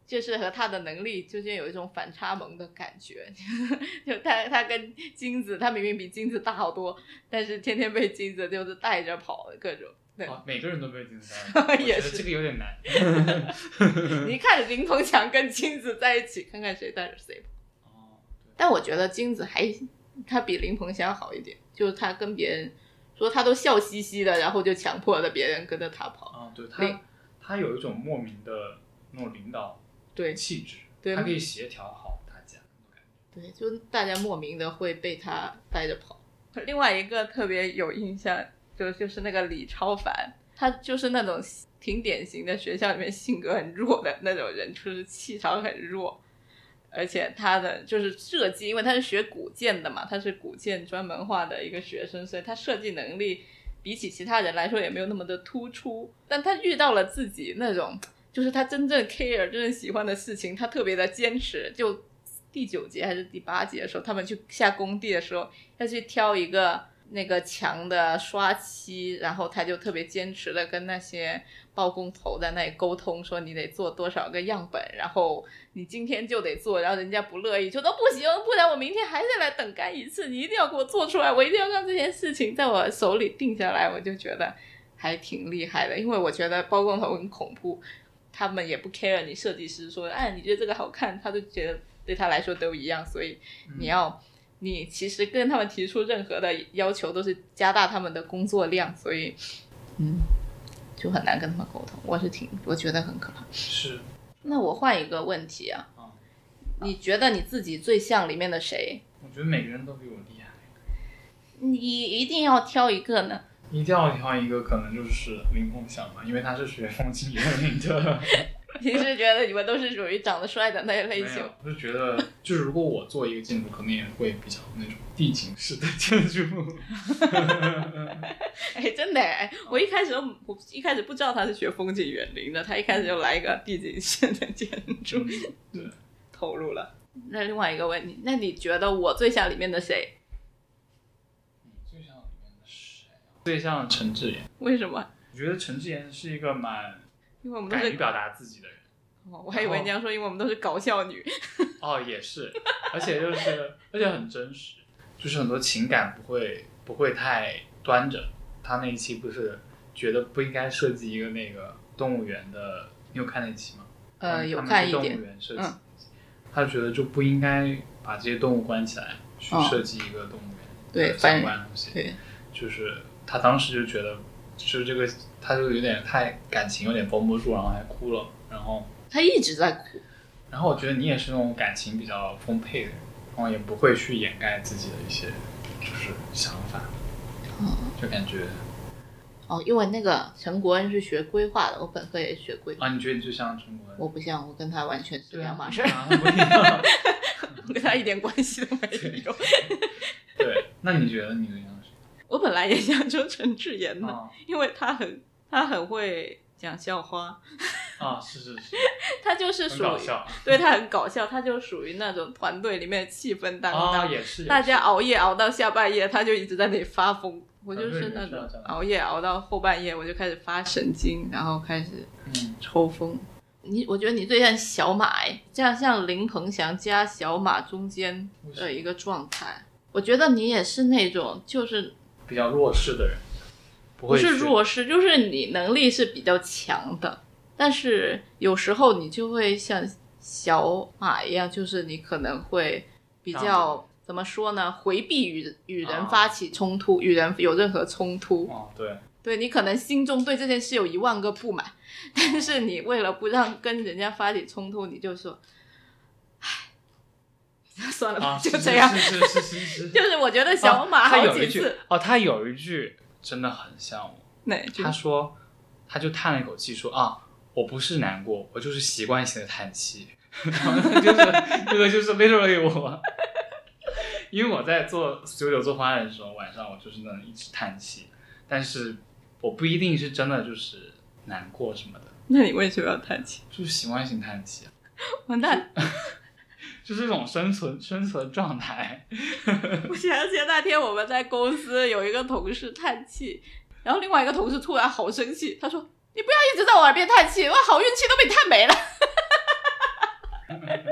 Speaker 3: 就是和他的能力中间有一种反差萌的感觉。 就他他跟金子，他明明比金子大好多，但是天天被金子就是带着跑各种。对，，
Speaker 2: 啊，每个人都被金三
Speaker 3: 也
Speaker 2: 我觉得
Speaker 3: 是
Speaker 2: 这个有点难。
Speaker 3: 你一看林鹏强跟金子在一起，看看谁带着谁跑。
Speaker 2: 哦，对，
Speaker 3: 但我觉得金子还他比林鹏翔好一点，就是他跟别人说他都笑嘻嘻的，然后就强迫着别人跟着他跑。
Speaker 2: 啊，对
Speaker 3: 对
Speaker 2: 他，他有一种莫名的那种领导
Speaker 3: 对
Speaker 2: 气质，
Speaker 3: 对嗯
Speaker 2: 他可以协调好大家。
Speaker 3: 对，就大家莫名的会被他带着跑。 另外一个特别有印象，就就是那个李超凡，他就是那种挺典型的学校里面性格很弱的那种人，就是气场很弱，而且他的就是设计，因为他是学古建的嘛，他是古建专门化的一个学生，所以他设计能力比起其他人来说也没有那么的突出。但他遇到了自己那种，就是他真正 care、真正喜欢的事情，他特别的坚持。就第九节还是第八节的时候，他们去下工地的时候，要去挑一个那个墙的刷漆，然后他就特别坚持的跟那些包工头在那里沟通，说你得做多少个样本，然后你今天就得做，然后人家不乐意，就都不行，不然我明天还得来等干一次，你一定要给我做出来，我一定要让这件事情在我手里定下来，我就觉得还挺厉害的，因为我觉得包工头很恐怖。他们也不 care 你设计师说，哎，你觉得这个好看，他就觉得对他来说都一样，所以
Speaker 2: 嗯
Speaker 3: 你要，你其实跟他们提出任何的要求，都是加大他们的工作量，所以，嗯，就很难跟他们沟通。我是挺，我觉得很可怕。
Speaker 2: 是
Speaker 3: 那我换一个问题啊，
Speaker 2: 啊，
Speaker 3: 你觉得你自己最像里面的谁？
Speaker 2: 我觉得每个人都比我厉害。
Speaker 3: 你一定要挑一个呢？
Speaker 2: 一定要挑一个，可能就是林梦想嘛，因为他是学风景园林的。
Speaker 3: 你是觉得你们都是属于长得帅的那一
Speaker 2: 没
Speaker 3: 类型
Speaker 2: 有？，我就觉得，就是如果我做一个建筑，可能也会比较那种地景式的建筑。
Speaker 3: 哎，真的哎，我
Speaker 2: 哦
Speaker 3: 一开始都我一开始不知道他是学风景园林的，他一开始就来一个地景线的建
Speaker 2: 嗯
Speaker 3: 筑，
Speaker 2: 对，
Speaker 3: 投入了。那另外一个问题，那你觉得我最像里面的谁？
Speaker 2: 你最像里面的谁啊？最像陈志妍。
Speaker 3: 为什么？
Speaker 2: 我觉得陈志妍是一个蛮
Speaker 3: 因为我们都
Speaker 2: 敢
Speaker 3: 是
Speaker 2: 于，表达自己的人。
Speaker 3: 哦我还以为你要说，因为我们都是搞笑女。
Speaker 2: 哦，也是，而且就是而且很真实，就是很多情感不会不会太端着。他那一期不是觉得不应该设计一个那个动物园的，你有看那期吗？他
Speaker 3: 呃，
Speaker 2: 们
Speaker 3: 有
Speaker 2: 他们
Speaker 3: 看
Speaker 2: 去
Speaker 3: 一
Speaker 2: 动
Speaker 3: 点嗯
Speaker 2: 物，园设计，他觉得就不应该把这些动物关起来，去
Speaker 3: 哦
Speaker 2: 设计一个动物园
Speaker 3: 对
Speaker 2: 的
Speaker 3: 反
Speaker 2: 相关的东西。
Speaker 3: 对，
Speaker 2: 就是他当时就觉得，就是这个他就有点太感情有点绷不住，然后还哭了。然后，
Speaker 3: 他一直在哭。
Speaker 2: 然后我觉得你也是那种感情比较丰沛的人，然后也不会去掩盖自己的一些就是想法，
Speaker 3: 嗯
Speaker 2: 就感觉
Speaker 3: 哦，因为那个陈国恩是学规划的，我本科也是学规划，
Speaker 2: 啊，你觉得你就像中国 人，
Speaker 3: 我不像，我跟他完全是
Speaker 2: 对啊
Speaker 3: 两码事，
Speaker 2: 啊不一样
Speaker 3: 我跟他一点关系都没有。
Speaker 2: 对，那你觉得你最像谁？
Speaker 3: 我本来也想说陈志妍的，
Speaker 2: 啊
Speaker 3: 因为他很他很会讲笑话，
Speaker 2: 啊，是是是，
Speaker 3: 他就是
Speaker 2: 很
Speaker 3: 属
Speaker 2: 搞
Speaker 3: 于
Speaker 2: 笑。
Speaker 3: 对他很搞笑，他就属于那种团队里面气氛担
Speaker 2: 啊，
Speaker 3: 当，
Speaker 2: 也是，
Speaker 3: 大
Speaker 2: 也是
Speaker 3: 家熬夜熬到下半夜，他就一直在那里发疯。我就是那
Speaker 2: 团队里面是要
Speaker 3: 种
Speaker 2: 这样的
Speaker 3: 熬夜熬到后半夜，我就开始发神经，然后开始
Speaker 2: 嗯，
Speaker 3: 抽风。你我觉得你最像小马、哎，这样像林鹏翔加小马中间的一个状态。我觉得你也是那种，就是
Speaker 2: 比较弱势的人，不
Speaker 3: 不
Speaker 2: 会
Speaker 3: 是
Speaker 2: 去
Speaker 3: 弱势，就是你能力是比较强的，但是有时候你就会像小马一样，就是你可能会比
Speaker 2: 让
Speaker 3: 较怎么说呢？回避与与人
Speaker 2: 啊
Speaker 3: 发起冲突，与人有任何冲突，
Speaker 2: 哦， 对，
Speaker 3: 对你可能心中对这件事有一万个不满， 但是你为了不让跟人家发起冲突，你就说，唉， 算了吧，
Speaker 2: 啊，
Speaker 3: 就是这样。
Speaker 2: 是是是是 是，
Speaker 3: 就是我觉得小马
Speaker 2: 哦他
Speaker 3: 好
Speaker 2: 有
Speaker 3: 几
Speaker 2: 一句
Speaker 3: 次，
Speaker 2: 哦，他有一句真的很像我，
Speaker 3: 哪句
Speaker 2: 他说，他就叹了一口气说啊，我不是难过，我就是习惯性的叹气， 然后那就是这个就是 literally 我。因为我在做九九做方案的时候，晚上我就是能一直叹气，但是我不一定是真的就是难过什么的，
Speaker 3: 那你为什么要叹气？
Speaker 2: 就是习惯性叹气啊。
Speaker 3: 完蛋，
Speaker 2: 就是这种生存生存状态。
Speaker 3: 我想起那天我们在公司有一个同事叹气，然后另外一个同事突然好生气，他说：“你不要一直在我耳边叹气，我好运气都被你叹没了。”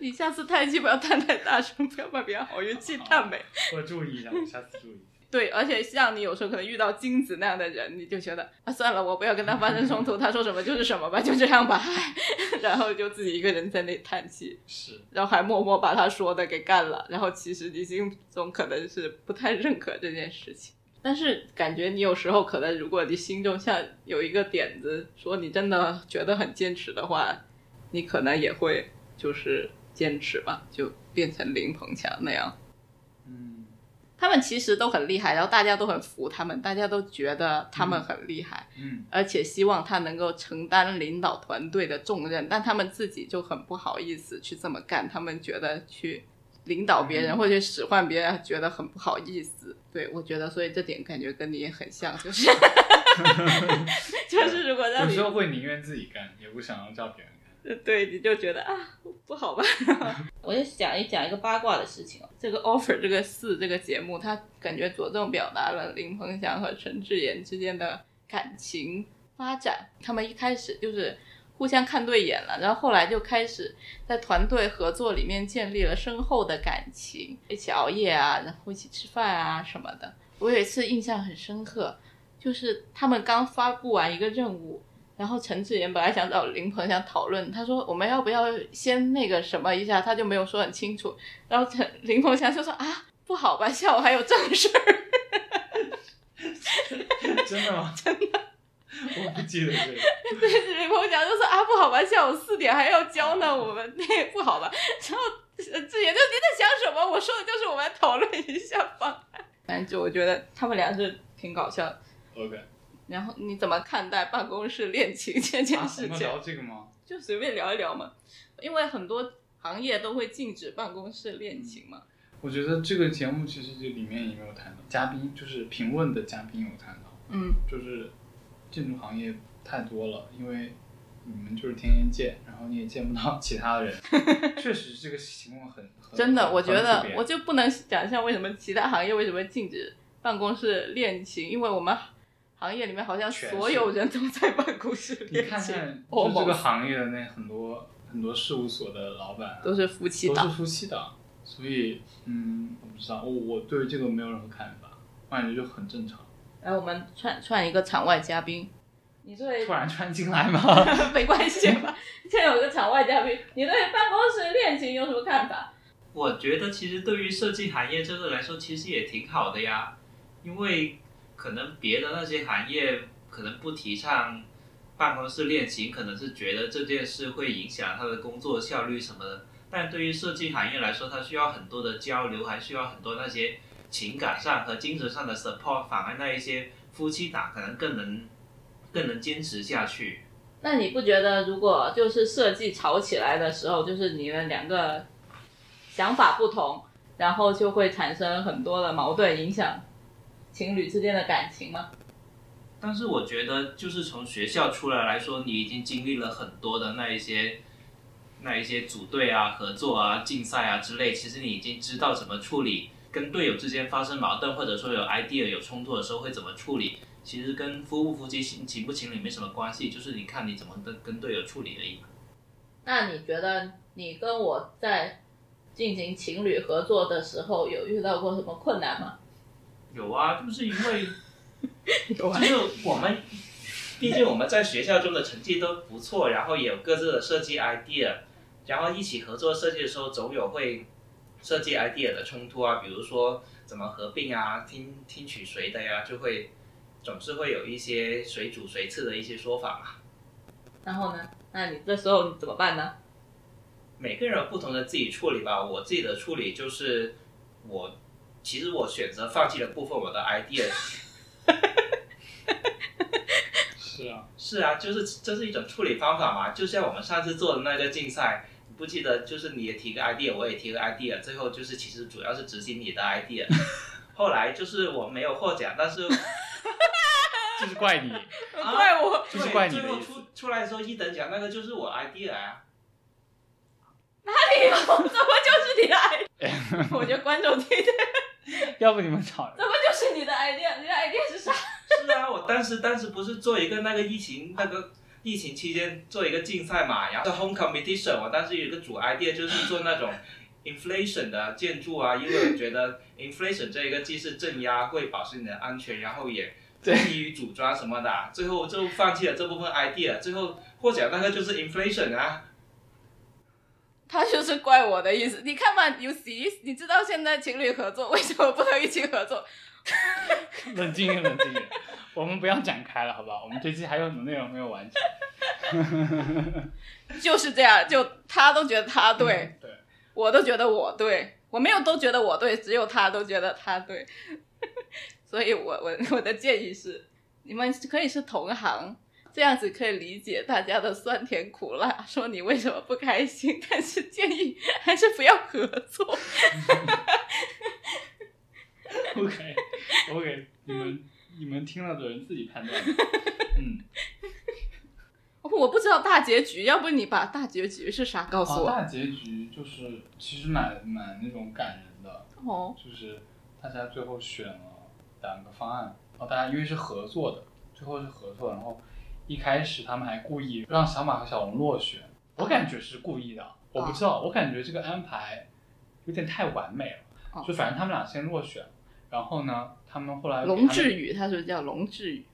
Speaker 3: 你下次叹气不要叹太大声，不要把别人好运气叹没。
Speaker 2: 我注意一下，我下次注意。
Speaker 3: 对，而且像你有时候可能遇到金子那样的人，你就觉得啊，算了，我不要跟他发生冲突，他说什么就是什么吧，就这样吧， 唉然后就自己一个人在那里叹气，
Speaker 2: 是，
Speaker 3: 然后还默默把他说的给干了，然后其实你心中可能是不太认可这件事情，但是感觉你有时候可能，如果你心中像有一个点子，说你真的觉得很坚持的话，你可能也会就是坚持吧，就变成林鹏强那样。
Speaker 2: 嗯，
Speaker 3: 他们其实都很厉害，然后大家都很服他们，大家都觉得他们很厉害，
Speaker 2: 嗯，
Speaker 3: 而且希望他能够承担领导团队的重任，但他们自己就很不好意思去这么干，他们觉得去领导别人
Speaker 2: 嗯
Speaker 3: 或者使唤别人，觉得很不好意思。对我觉得，所以这点感觉跟你也很像，就是 就是如果让
Speaker 2: 有
Speaker 3: 你
Speaker 2: 时候会宁愿自己干，也不想要叫别人干。
Speaker 3: 对你就觉得啊不好吧，
Speaker 1: 我就讲一讲一个八卦的事情哦。
Speaker 3: 这个 offer 这个四这个节目，它感觉着重表达了林鹏翔和陈志妍之间的感情发展。他们一开始就是互相看对眼了，然后后来就开始在团队合作里面建立了深厚的感情，一起熬夜啊，然后一起吃饭啊什么的。我有一次印象很深刻，就是他们刚发布完一个任务，然后陈志妍本来想找林鹏翔讨论，他说我们要不要先那个什么一下，他就没有说很清楚。然后陈林鹏翔就说啊，不好吧，下午还有正事儿。
Speaker 2: 真的吗？真的， 我不记得这个。
Speaker 3: 林鹏翔就说啊，不好吧，下午四点还要交呢，我们那不好吧。然后呃志远就你在想什么？我说的就是我们讨论一下方案。反正就我觉得他们俩是挺搞笑的。
Speaker 2: OK，
Speaker 3: 然后你怎么看待办公室恋情这件
Speaker 2: 啊，我
Speaker 3: 事
Speaker 2: 们
Speaker 3: 情？
Speaker 2: 聊这个吗？
Speaker 3: 就随便聊一聊嘛，因为很多行业都会禁止办公室恋情嘛。
Speaker 2: 我觉得这个节目其实这里面也没有谈到，嘉宾就是评论的嘉宾有谈到，
Speaker 3: 嗯
Speaker 2: 就是建筑行业太多了，因为你们就是天天见，然后你也见不到其他 的人，确实这个情况很很
Speaker 3: 真的，我觉得
Speaker 2: 很普遍
Speaker 3: 我就不能想象为什么其他行业为什么禁止办公室恋情，因为我们行业里面好像
Speaker 2: 全是
Speaker 3: 所有人都在办公室
Speaker 2: 你
Speaker 3: 恋
Speaker 2: 看
Speaker 3: 情，
Speaker 2: 看就
Speaker 3: almost
Speaker 2: 是这个行业的那很多很多事务所的老板啊
Speaker 3: 都是夫妻
Speaker 2: 都是
Speaker 3: 档。
Speaker 2: 夫妻档，所以嗯，我不知道，我我对这个没有任何看法，我感觉就很正常。
Speaker 3: 来，哎我们串串一个场外嘉宾，你 对
Speaker 2: 突然穿进来吗？
Speaker 3: 没关系吧？现在有个场外嘉宾，你对办公室恋情有什么看法？
Speaker 4: 我觉得其实对于设计行业这个来说，其实也挺好的呀，因为可能别的那些行业可能不提倡办公室恋情，可能是觉得这件事会影响他的工作效率什么的。但对于设计行业来说，它需要很多的交流，还需要很多那些情感上和精神上的 support，反而那一些夫妻档可能更能更能坚持下去。
Speaker 3: 那你不觉得，如果就是设计吵起来的时候，就是你们两个想法不同，然后就会产生很多的矛盾，影响情侣之间的感情吗？
Speaker 4: 但是我觉得，就是从学校出来来说，你已经经历了很多的那一些、那一些组队啊、合作啊、竞赛啊之类，其实你已经知道怎么处理跟队友之间发生矛盾，或者说有 idea 有冲突的时候会怎么处理。其实跟夫不夫妻、情情不情侣没什么关系，就是你看你怎么跟跟队友处理而已嘛。
Speaker 3: 那你觉得你跟我在进行情侣合作的时候，有遇到过什么困难吗？
Speaker 4: 有啊，就是因为
Speaker 3: 有
Speaker 4: 就是我们，毕竟我们在学校中的成绩都不错，然后也有各自的设计 idea，然后一起合作设计的时候，总有会设计 idea 的冲突啊，比如说怎么合并啊，听听取谁的呀，就会总是会有一些谁主谁次的一些说法嘛。
Speaker 3: 然后呢？那你这时候你怎么办呢？
Speaker 4: 每个人有不同的自己处理吧。我自己的处理就是我，其实我选择放弃了部分我的 idea，
Speaker 2: 是啊，
Speaker 4: 是啊，就是这是一种处理方法嘛，就像我们上次做的那个竞赛，你不记得就是你也提个 idea，我也提个 idea，最后就是其实主要是执行你的 idea，后 来就是我没有获奖，但是啊
Speaker 2: 就是 怪你，
Speaker 3: 呃怪我，
Speaker 2: 就是怪你的
Speaker 4: 最后
Speaker 2: 意思
Speaker 4: 出出来说一等奖那个就是我 idea 啊，
Speaker 3: 哎 呦，怎么就是你来？我觉得观众听的，
Speaker 2: 要不你们吵，
Speaker 3: 怎么就是是你的 idea，你的 idea 是啥？
Speaker 4: 是啊，我当时当时不是做一个那个疫情那个疫情期间做一个竞赛嘛，然后 home competition，我当时有一个主 idea 就是做那种 inflation 的建筑啊，因为我觉得 inflation 这一个既是镇压，会保持你的安全，然后也不利于组装什么的啊，最后就放弃了这部分 idea，最后获奖那个就是 inflation 啊。
Speaker 3: 他就是怪我的意思。你看嘛，有喜，你知道现在情侣合作为什么不能一起合作？
Speaker 2: 冷静一点，冷静一点，我们不要展开了，好不好？我们这期还有很多内容没有完成。
Speaker 3: 就是这样，就他都觉得他对，
Speaker 2: 对，
Speaker 3: 我都觉得我对，我没有都觉得我对，只有他都觉得他对。 所以我我我的建议是，你们可以是同行，这样子可以理解大家的酸甜苦辣，说你为什么不开心， 但是建议还是不要合作。
Speaker 2: OK OK，你们你们听了的人自己判断。嗯，
Speaker 3: 我不知道大结局，要不你把大结局是啥告诉
Speaker 2: 好
Speaker 3: 我？
Speaker 2: 大结局就是其实蛮蛮那种感人的，
Speaker 3: 哦，
Speaker 2: 就是大家最后选了两个方案，哦，大家因为是合作的，最后是合作，然后一开始他们还故意让小马和小龙落选，我感觉是故意的，我不知道，我感觉这个安排有点太完美了，
Speaker 3: 哦
Speaker 2: 就反正他们俩先落选，然后呢，他们后来给他们
Speaker 3: 龙志宇，他是不是叫龙志宇？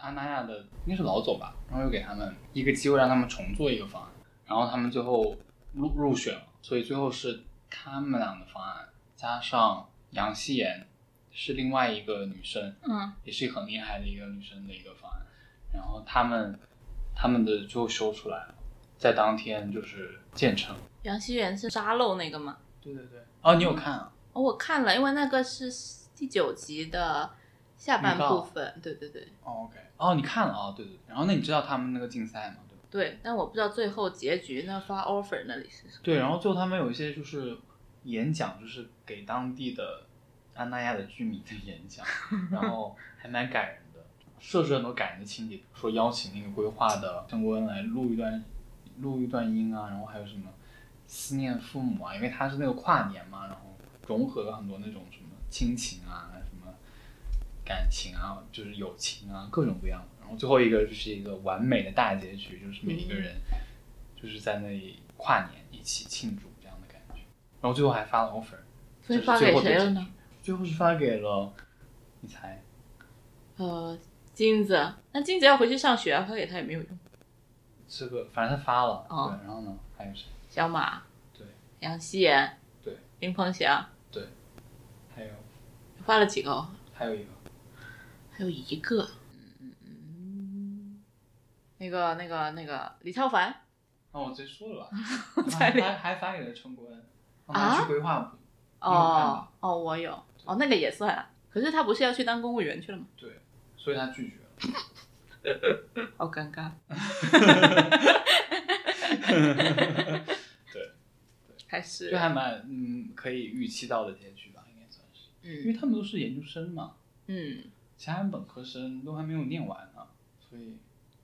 Speaker 2: 阿那亚的应该是老总吧，然后又给他们一个机会，让他们重做一个方案，然后他们最后入入选了，所以最后是他们俩的方案加上杨希妍是另外一个女生，
Speaker 3: 嗯，
Speaker 2: 也是一个很厉害的一个女生的一个方案，然后他们他们的最后修出来了，在当天就是建成。
Speaker 3: 杨希元是沙漏那个吗？
Speaker 2: 对对对，哦，你有看啊？
Speaker 3: 哦，我看了，因为那个是第九集的下半部分，对对对
Speaker 2: 哦，OK，哦，你看了啊、哦？对对对，然后那你知道他们那个竞赛吗？对吧。
Speaker 3: 对，但我不知道最后结局那发 offer 那里是什么。
Speaker 2: 对，然后最后他们有一些就是演讲，就是给当地的安那亚的居民的演讲，然后还蛮感人的，设置很多感人的情节，比如说邀请那个规划的郑国恩来录一段录一段音啊，然后还有什么思念父母啊，因为他是那个跨年嘛，然后融合了很多那种什么亲情啊、什么感情啊，就是友情啊，各种各样的。然后最后一个就是一个完美的大结局，就是每一个人就是在那里跨年一起庆祝这样的感觉。然后最后还发了 offer，
Speaker 3: 所以
Speaker 2: 这是
Speaker 3: 发
Speaker 2: 最
Speaker 3: 给
Speaker 2: 后的
Speaker 3: 谁
Speaker 2: 结
Speaker 3: 了
Speaker 2: 局
Speaker 3: 呢？
Speaker 2: 最后是发给了，你猜？
Speaker 3: 呃，金子，那金子要回去上学，发给他也没有用。
Speaker 2: 这个反正他发了，
Speaker 3: 哦
Speaker 2: 对，然后呢还有谁？
Speaker 3: 小马，
Speaker 2: 对，
Speaker 3: 杨希言，
Speaker 2: 对，
Speaker 3: 林鹏翔，
Speaker 2: 还有
Speaker 3: 发了几个哦？
Speaker 2: 还有一个
Speaker 3: 还有一个，嗯嗯嗯，那个那个那个李超凡。
Speaker 2: 哦，我直接说 了吧，
Speaker 3: 在
Speaker 2: 还
Speaker 3: 里
Speaker 2: 发还发给了陈国恩，让
Speaker 3: 啊
Speaker 2: 他去规划部。你有看
Speaker 3: 哦
Speaker 2: 吧
Speaker 3: 哦，我有哦，那个也算啊。可是他不是要去当公务员去了吗？
Speaker 2: 对，所以他拒绝了。
Speaker 3: 好尴尬。
Speaker 2: 对，
Speaker 3: 还是
Speaker 2: 就还蛮嗯可以预期到的结局吧，应该算是，因为
Speaker 3: 嗯
Speaker 2: 他们都是研究生嘛，
Speaker 3: 嗯
Speaker 2: 其他人本科生都还没有念完呢，所以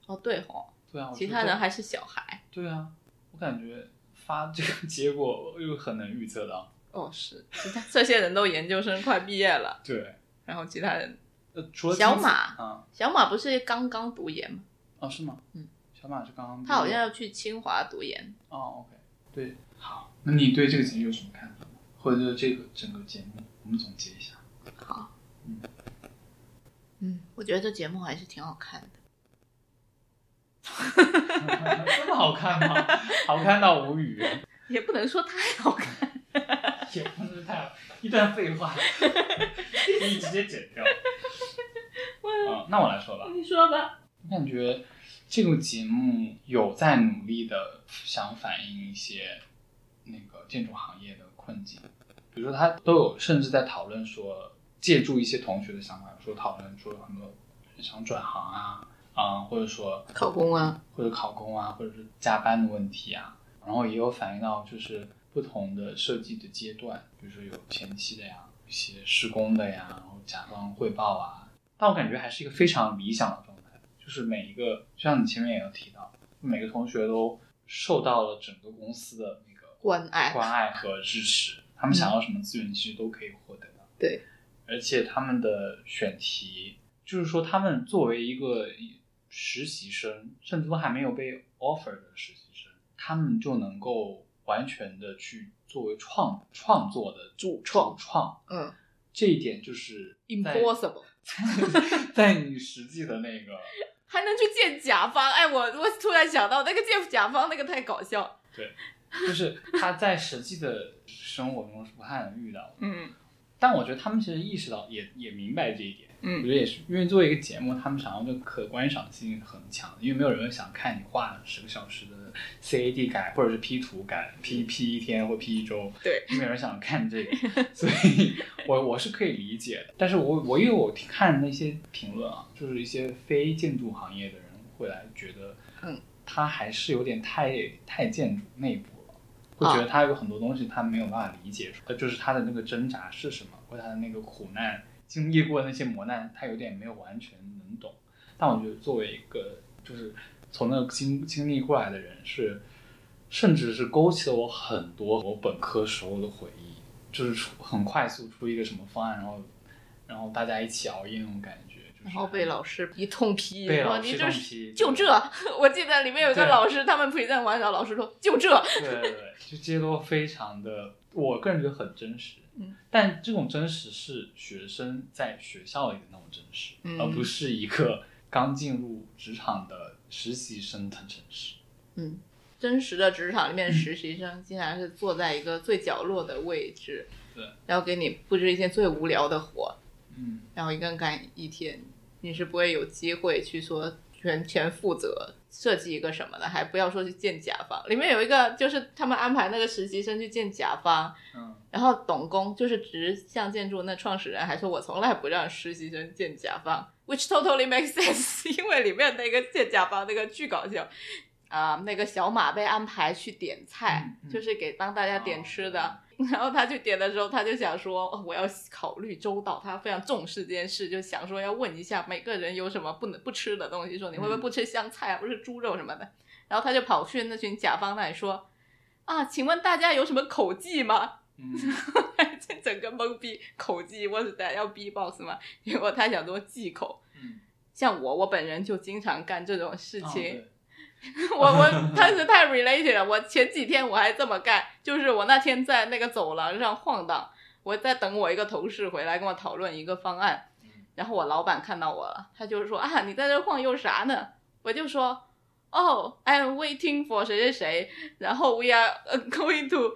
Speaker 3: 哦对吼，
Speaker 2: 对啊，我
Speaker 3: 其
Speaker 2: 觉
Speaker 3: 他
Speaker 2: 得
Speaker 3: 人还是小孩。
Speaker 2: 对啊，我感觉发这个 结果又很能预测到，
Speaker 3: 哦是，其他这些人都研究生快毕业了，
Speaker 2: 对，
Speaker 3: 然后其他人
Speaker 2: 呃，除了
Speaker 3: 小
Speaker 2: 金子
Speaker 3: 马
Speaker 2: 啊，
Speaker 3: 小马不是刚刚读研吗？
Speaker 2: 哦是吗？
Speaker 3: 嗯，
Speaker 2: 小马是刚刚
Speaker 3: 他好
Speaker 2: 毕业
Speaker 3: 像要去清华读研。
Speaker 2: 哦，OK，对，好，那你对这个结局有什么看法吗？或者就是这个整个节目，我们总结一 下，
Speaker 3: 好
Speaker 2: 嗯，
Speaker 3: 嗯，我觉得这节目还是挺好看的。
Speaker 2: 真的好看吗？好看到无 语。
Speaker 3: 也不能说太好看，
Speaker 2: 也不是太一段废话，可以直接剪掉。啊、那我来说吧，
Speaker 3: 你说吧。
Speaker 2: 我感觉这个节目有在努力的想反映一些那个建筑行业的困境，比如说他都有甚至在讨论说，借助一些同学的想法，说讨论说很多人想转行啊啊、或者说
Speaker 3: 考公啊，
Speaker 2: 或者考公啊，或者是加班的问题啊，然后也有反映到就是不同的设计的阶段，比如说有前期的呀，一些施工的呀，然后甲方汇报啊，但我感觉还是一个非常理想的状态，就是每一个，就像你前面也有提到，每个同学都受到了整个公司的那个
Speaker 3: 关爱
Speaker 2: 关爱和支持，他们想要什么资源其实都可以获得的。
Speaker 3: 对，
Speaker 2: 而且他们的选题，就是说他们作为一个实习生，甚至都还没有被 offer 的实习生，他们就能够完全的去作为创创作的
Speaker 3: 主创
Speaker 2: 主创，
Speaker 3: 嗯
Speaker 2: 这一点就是在
Speaker 3: ，impossible，
Speaker 2: 在你实际的那个
Speaker 3: 还能去见甲方。哎，我我突然想到那个见甲方那个太搞笑。
Speaker 2: 就是他在实际的生活中是不太能遇到的。
Speaker 3: 嗯
Speaker 2: 但我觉得他们其实意识到，也也明白这一点。我
Speaker 3: 嗯
Speaker 2: 觉得也是，因为作为一个节目，他们想要的可观赏性很强，因为没有人想看你画十个小时的 CAD 改，或者是 P 图改，P P 一天或 P 一周，
Speaker 3: 嗯对，
Speaker 2: 没有人想看 这个，所以我我是可以理解的。但是我我因为我看那些评论啊，就是一些非建筑行业的人会来觉得，
Speaker 3: 嗯，
Speaker 2: 他还是有点太太建筑内部了，会觉得他有很多东西他没有办法理解，呃，就是他的那个挣扎是什么，或者他的那个苦难，经历过那些磨难，他有点没有完全能懂。但我觉得作为一个就是从那个经经历过来的人是，甚至是勾起了我很多我本科时候的回忆，就是出很快速出一个什么方案，然后然后大家一起熬夜那种感觉，就是、
Speaker 3: 然后被老师一通批，
Speaker 2: 被
Speaker 3: 然后
Speaker 2: 老
Speaker 3: 你
Speaker 2: 师
Speaker 3: 就
Speaker 2: 放
Speaker 3: 是
Speaker 2: 批，
Speaker 3: 就这。 我记得里面有一个
Speaker 2: 对
Speaker 3: 老师，他们 present 完，然后老师说就这。
Speaker 2: 对对对，就这些都非常的，我个人觉得很真实。
Speaker 3: 嗯，
Speaker 2: 但这种真实是学生在学校里的那种真实，
Speaker 3: 嗯
Speaker 2: 而不是一个刚进入职场的实习生的真实。
Speaker 3: 嗯，真实的职场里面，实习生竟然是坐在一个最角落的位置，
Speaker 2: 对，
Speaker 3: 然后给你布置一些最无聊的活，
Speaker 2: 嗯，
Speaker 3: 然后一个人干一天，你是不会有机会去说全权负责设计一个什么的，还不要说去见甲方。里面有一个就是他们安排那个实习生去见甲方，
Speaker 2: 嗯，
Speaker 3: 然后董工就是直向建筑那创始人还说，我从来不让实习生见甲方，which totally makes sense，因为 里面那个见甲方那个巨搞笑。啊、那个小马被安排去点菜，
Speaker 2: 嗯嗯哦
Speaker 3: 就是给帮大家点吃的。然后他去点的时候，他就想说，哦我要考虑周到，他非常重视这件事，就想说要问一下每个人有什么不能不吃的东西，说你
Speaker 2: 嗯
Speaker 3: 会不会不吃香菜啊，不吃猪肉什么的。然后他就跑去那群甲方那里说，啊，请问大家有什么口技吗？
Speaker 2: 嗯，
Speaker 3: 这整个懵逼，口技我是在要 B box 吗？结果他想说忌口。
Speaker 2: 嗯，
Speaker 3: 像我，我本人就经常干这种事
Speaker 2: 哦
Speaker 3: 情，
Speaker 2: 对
Speaker 3: 我 我当时太 related 了，我前几天我还这么干，就是我那天在那个走廊上晃荡，我在等我一个同事回来跟我讨论一个方案
Speaker 2: 嗯，
Speaker 3: 然后我老板看到我了，他就说啊你在这晃悠啥呢？我就说哦、i m waiting for 谁谁谁，然后 we are uh, going to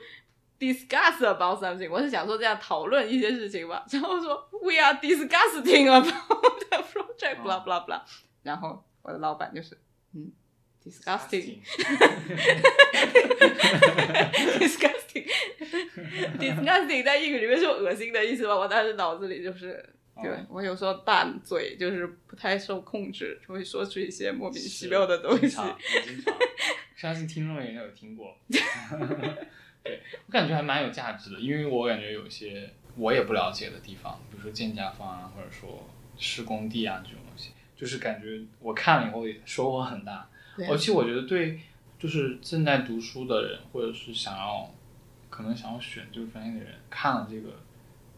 Speaker 3: discuss about something，我是想说这样讨论一些事情吧，然后说 we are discussing about the project，blah blah blah，然后我的老板就是嗯 disgusting。disgusting disgusting 在英语里面是有恶心的意思吧？我当时脑子里就是，对、
Speaker 2: 哦
Speaker 3: 我有时候大嘴就是不太受控制，就会说出一些莫名其妙的东
Speaker 2: 经
Speaker 3: 西。
Speaker 2: 常，也经常，相信听众也有听过。 对我感觉还蛮有价值的，因为我感觉有些我也不了解的地方，比如说建甲方啊，或者说施工地啊这种东西，就是感觉我看了以后也收获很大。
Speaker 3: 对啊
Speaker 2: 而且我觉得对，就是正在读书的人，或者是想要可能想要选这个专业的人，看了这个，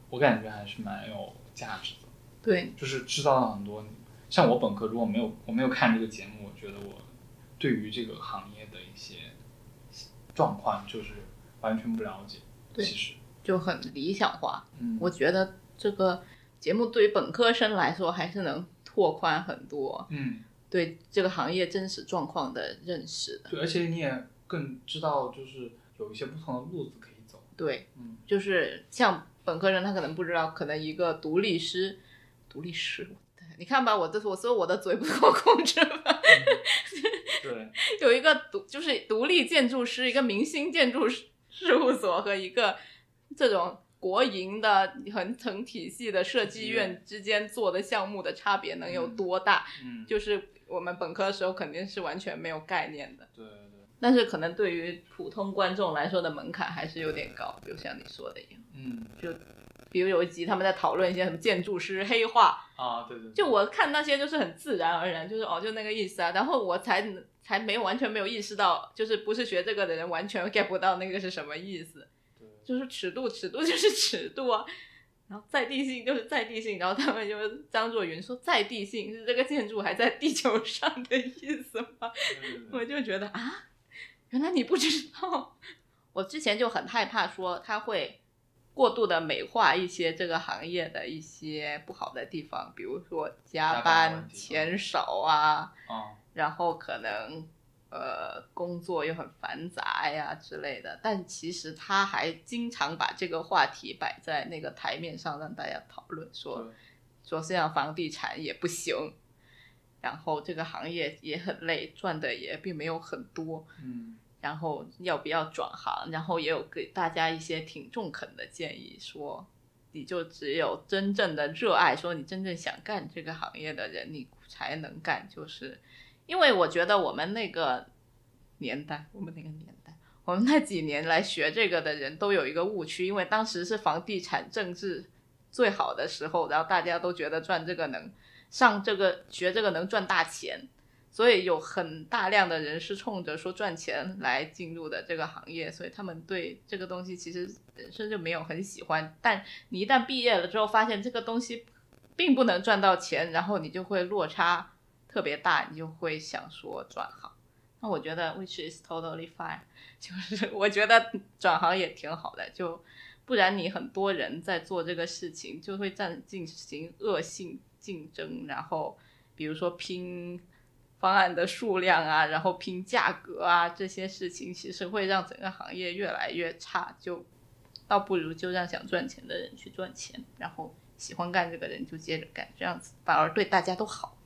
Speaker 2: 我感觉还是蛮有价值的。
Speaker 3: 对，
Speaker 2: 就是知道了很多。像我本科如果没有我没有看这个节目，我觉得我对于这个行业的一些状况就是完全不了解。
Speaker 3: 对
Speaker 2: 其实，
Speaker 3: 就很理想化。
Speaker 2: 嗯，
Speaker 3: 我觉得这个节目对于本科生来说还是能拓宽很多
Speaker 2: 嗯，
Speaker 3: 对这个行业真实状况的认识的。
Speaker 2: 对，而且你也更知道就是有一些不同的路子可以走。
Speaker 3: 对，
Speaker 2: 嗯，
Speaker 3: 就是像本科生，他可能不知道，可能一个独立师，独立师，对你看吧，我这我说我的嘴不够控制吧，
Speaker 2: 对，
Speaker 3: 有一个独就是独立建筑师，一个明星建筑师事务所和一个这种国营的很成体系的设计院之间做的项目的差别能有多大？
Speaker 2: 嗯，
Speaker 3: 就是我们本科的时候肯定是完全没有概念的。
Speaker 2: 对对对，
Speaker 3: 但是可能对于普通观众来说的门槛还是有点高，就像你说的一样。
Speaker 2: 嗯
Speaker 3: 比如有一集他们在讨论一些什么建筑师黑化，
Speaker 2: 啊，对对对，
Speaker 3: 就我看那些就是很自然而然，就是哦就那个意思啊，然后我才才没完全没有意识到，就是不是学这个的人完全 get 不到那个是什么意思，
Speaker 2: 对
Speaker 3: 就是尺度尺度就是尺度啊，然后在地性就是在地性，然后他们就张若昀说在地性是这个建筑还在地球上的意思吗？我就觉得啊，原来你不知道，我之前就很害怕说它会过度的美化一些这个行业的一些不好的地方，比如说加
Speaker 2: 加班
Speaker 3: 班
Speaker 2: 问题
Speaker 3: 钱少啊，
Speaker 2: 哦，
Speaker 3: 然后可能呃工作又很繁杂呀之类的。但其实他还经常把这个话题摆在那个台面上让大家讨论，说
Speaker 2: 对
Speaker 3: 说现在房地产也不行，然后这个行业也很累，赚的也并没有很多。
Speaker 2: 嗯，
Speaker 3: 然后要不要转行，然后也有给大家一些挺中肯的建议，说你就只有真正的热爱，说你真正想干这个行业的人，你才能干。就是因为我觉得我们那个年代，我们那个年代，我们那几年来学这个的人都有一个误区，因为当时是房地产政治最好的时候，然后大家都觉得赚这个能上这个学这个能赚大钱，所以有很大量的人是冲着说赚钱来进入的这个行业，所以他们对这个东西其实本身就没有很喜欢。但你一旦毕业了之后，发现这个东西并不能赚到钱，然后你就会落差特别大，你就会想说转行。那我觉得 which is totally fine，就是 我觉得转行也挺好的，就不然你很多人在做这个事情就会占进行恶性竞争，然后比如说拼方案的数量啊，然后拼价格啊，这些事情其实会让整个行业越来越差，就倒不如就让想赚钱的人去赚钱，然后喜欢干这个人就接着干，这样子反而对大家都好。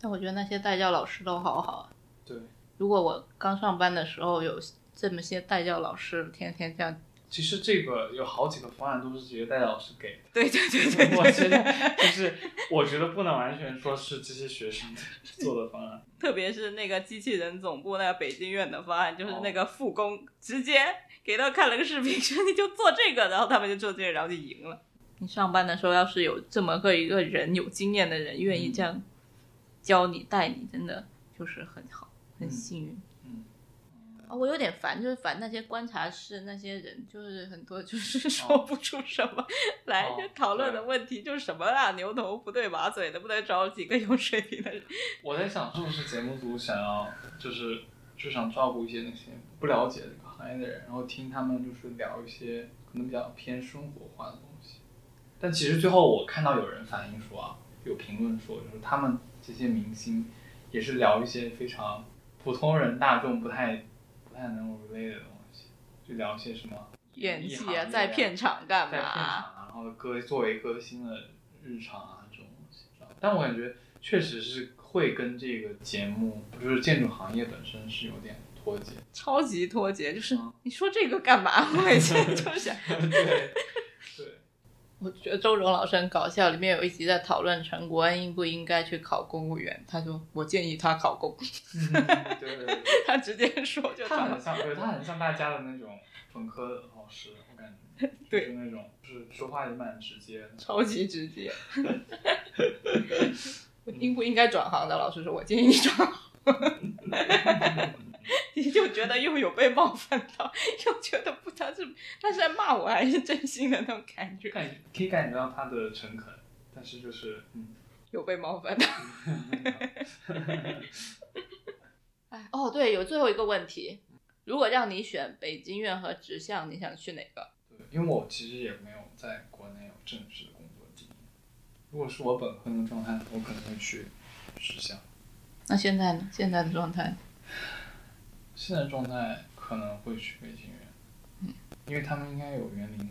Speaker 3: 但我觉得那些代教老师都好好啊，
Speaker 2: 对，
Speaker 3: 如果我刚上班的时候有这么些代教老师，天天这样，
Speaker 2: 其实这个有好几个方案都是直接戴老师给的。
Speaker 3: 对对对对
Speaker 2: 我其实就是，我觉得不能完全说是这些学生做的方案。
Speaker 3: 特别是那个机器人总部那个北京院的方案，就是那个复工，直接给他看了个视频， 说你就做这个，然后他们就做这个，然后就赢了。你上班的时候要是有这么个一个人有经验的人愿意这样教你带你，真的就是很好，很幸运。
Speaker 2: 嗯，
Speaker 3: 啊、我有点烦，就是烦那些观察室那些人，就是很多就是说不出什么、来，
Speaker 2: 哦
Speaker 3: 就讨论的问题就是什么啊，牛头不对马嘴，能不能找几个有水平的人？
Speaker 2: 我在想，是不是节目组想要就是就想照顾一些那些不了解这个行业的人，然后听他们就是聊一些可能比较偏生活化的东西。但其实最后我看到有人反映说啊，有评论说，就是他们这些明星也是聊一些非常普通人大众不太不太能 relate 的东西，就聊一些什么
Speaker 3: 演
Speaker 2: 艺
Speaker 3: 技
Speaker 2: 行业
Speaker 3: 啊，在片场干
Speaker 2: 在片
Speaker 3: 嘛？啊
Speaker 2: 场，啊然后歌作为歌星的日常啊这种东西，知道吧但我感觉确实是会跟这个节目，就是建筑行业本身是有点脱节。
Speaker 3: 超级脱节，就是、
Speaker 2: 嗯
Speaker 3: 你说这个干嘛？我每次 就是，
Speaker 2: 对对，
Speaker 3: 我觉得周荣老师很搞笑，里面有一集在讨论陈国恩应不应该去考公务员，他说我建议他考公，
Speaker 2: 嗯对对对，
Speaker 3: 他直接说就
Speaker 2: 他
Speaker 3: 他
Speaker 2: 很像，对他很像大家的那种本科老师，我感觉
Speaker 3: 对
Speaker 2: 就是那种就是说话也蛮直接的。
Speaker 3: 超级直接。 应不应该转行的老师说，我建议你转行。 你就觉得又有被冒犯到，又觉得不知道是他是在骂我还是真心的那种感觉，
Speaker 2: 感觉可以感觉到他的诚恳，但是就是嗯，
Speaker 3: 有被冒犯到。哎， 哦，对，有最后一个问题，如果让你选北京院和直向，你想去哪个？
Speaker 2: 对，因为我其实也没有在国内有正式的工作经验。如果是我本科的状态，我可能会去实校。
Speaker 3: 那现在呢？现在的状态？
Speaker 2: 现在状态可能会去北京园，
Speaker 3: 嗯
Speaker 2: 因为他们应该有园林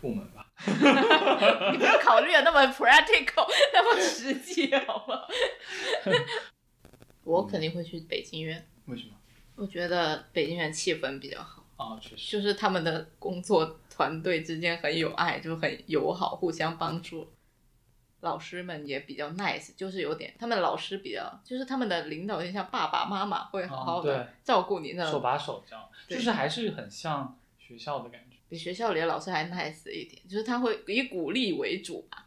Speaker 2: 部门吧？
Speaker 3: 你不要考虑的那么 practical，那 么实际，好 吗？我肯定会去北京院，
Speaker 2: 为什么？
Speaker 3: 我觉得北京院气氛比较好。
Speaker 2: 啊，确实，
Speaker 3: 就是他们的工作团队之间很有爱，就很友好，互相帮助。老师们也比较 nice，就是有点他们老师比较，就是他们的领导有点像爸爸妈妈，会好好
Speaker 2: 嗯对
Speaker 3: 的照顾你那
Speaker 2: 手
Speaker 3: 种。
Speaker 2: 把手教，
Speaker 3: 对
Speaker 2: 就是还是很像学校的感觉。
Speaker 3: 比学校里的老师还 nice 一点，就是他会以鼓励为主吧。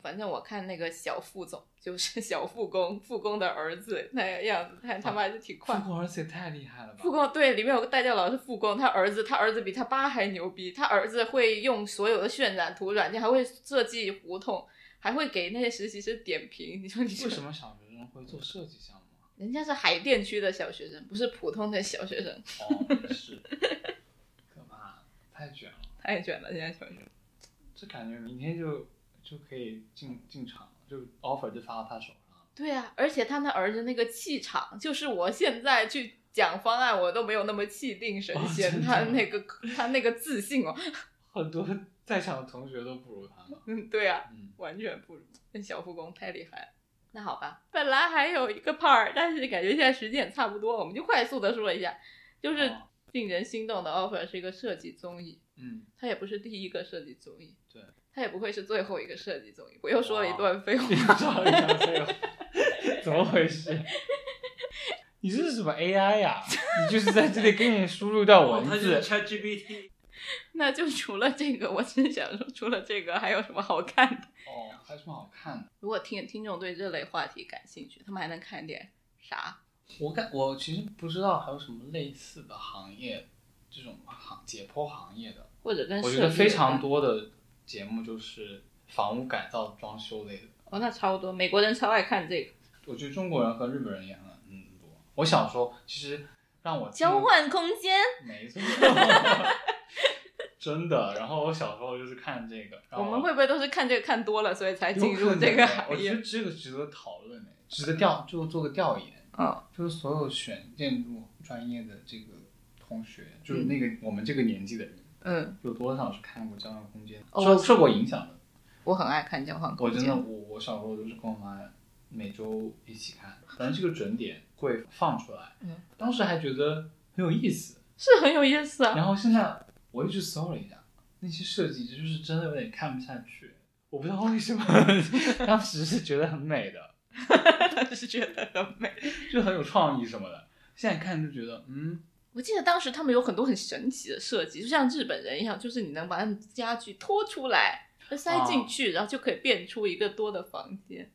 Speaker 3: 反正我看那个小副总，就是小副工，副工的儿子那样子，他他妈还是挺快。
Speaker 2: 富国儿子也太厉害了 吧！
Speaker 3: 副工对，里面有个代教老师副工，他儿子，他儿子比他爸还牛逼，他儿子会用所有的渲染图软件，还会设计胡同，还会给那些实习生点评。你说你
Speaker 2: 为什
Speaker 3: 么？
Speaker 2: 么小学生会做设计项目啊？
Speaker 3: 人家是海淀区的小学生，不是普通的小学生，
Speaker 2: 哦， 是，可怕，太卷了。
Speaker 3: 太卷了，现在小学生。
Speaker 2: 这感觉明天就就可以进进场了，就 offer 就发到他手上了。
Speaker 3: 对啊，而且他那儿子那个气场，就是我现在去讲方案，我都没有那么气定神
Speaker 2: 哦
Speaker 3: 闲。
Speaker 2: 真的
Speaker 3: 他那个他那个自信哦，
Speaker 2: 很多在场的同学都不如他呢。
Speaker 3: 嗯，对啊，
Speaker 2: 嗯，
Speaker 3: 完全不如那小护工太厉害了。那好吧，本来还有一个 part，但是感觉现在时间也差不多，我们就快速的说一下，就是
Speaker 2: 哦
Speaker 3: 令人心动的 offer 是一个设计综艺，
Speaker 2: 嗯，
Speaker 3: 它也不是第一个设计综艺，
Speaker 2: 对，
Speaker 3: 它也不会是最后一个设计综艺。我又说了一段废话
Speaker 2: 你。找一下这个，怎么回事？ 你这是什么 AI 呀、你就是在这里给你输入到
Speaker 4: 哦，
Speaker 2: 文
Speaker 4: 他就
Speaker 2: 字
Speaker 4: 是，ChatGPT，
Speaker 3: 那就除了这个，我真想说，除了这个还有什么好看的？
Speaker 2: 哦，还有什么好看的？
Speaker 3: 如果听听众对这类话题感兴趣，他们还能看点啥？
Speaker 2: 我感我其实不知道还有什么类似的行业，这种行解剖行业的，
Speaker 1: 或者跟
Speaker 2: 我觉
Speaker 1: 设
Speaker 2: 得
Speaker 1: 计
Speaker 2: 非
Speaker 1: 有
Speaker 2: 常
Speaker 1: 关。
Speaker 2: 多的节目就是房屋改造、装修类的。
Speaker 1: 哦，那超多，美国人超爱看这个。
Speaker 2: 我觉得中国人和日本人也很嗯多。我小时候其实让我进
Speaker 3: 交换空间，
Speaker 2: 没错， 真的。然后我小时候就是看这个，然
Speaker 3: 我
Speaker 2: 后
Speaker 3: 们会不会都是看这个看多了，所以才
Speaker 2: 哦有
Speaker 3: 进入
Speaker 2: 可
Speaker 3: 这
Speaker 2: 能
Speaker 3: 个
Speaker 2: 哎
Speaker 3: 行
Speaker 2: 我觉
Speaker 3: 业？
Speaker 2: 得这个值得讨论哎，值得调，就做个调研。
Speaker 3: 嗯，
Speaker 2: 就是所有选建筑专业的这个同学，就是那个、我们这个年纪的人，
Speaker 3: 嗯，
Speaker 2: 有多少是看过《交换空间》
Speaker 3: 哦
Speaker 2: 受
Speaker 3: 我
Speaker 2: 受过影响的？
Speaker 3: 我很爱看交换
Speaker 2: 我
Speaker 3: 空
Speaker 2: 真
Speaker 3: 间
Speaker 2: 的，。我我小时候就是跟我妈每周一起看，反正这个准点会放出来。
Speaker 3: 嗯，
Speaker 2: 当时还觉得很有意思，
Speaker 3: 是很有意思啊。
Speaker 2: 然后现在我又去搜了一下，那些设计就是真的有点看不下去，我不知道为 什么，当时是觉得很美的，
Speaker 3: 是觉得很美。
Speaker 2: 就很有创意什么的。现在看就觉得，嗯，
Speaker 3: 我记得当时他们有很多很神奇的设计，就像日本人一样，就是你能把他们家具拖出来，再塞
Speaker 2: 啊
Speaker 3: 进去，然后就可以变出一个多的房间。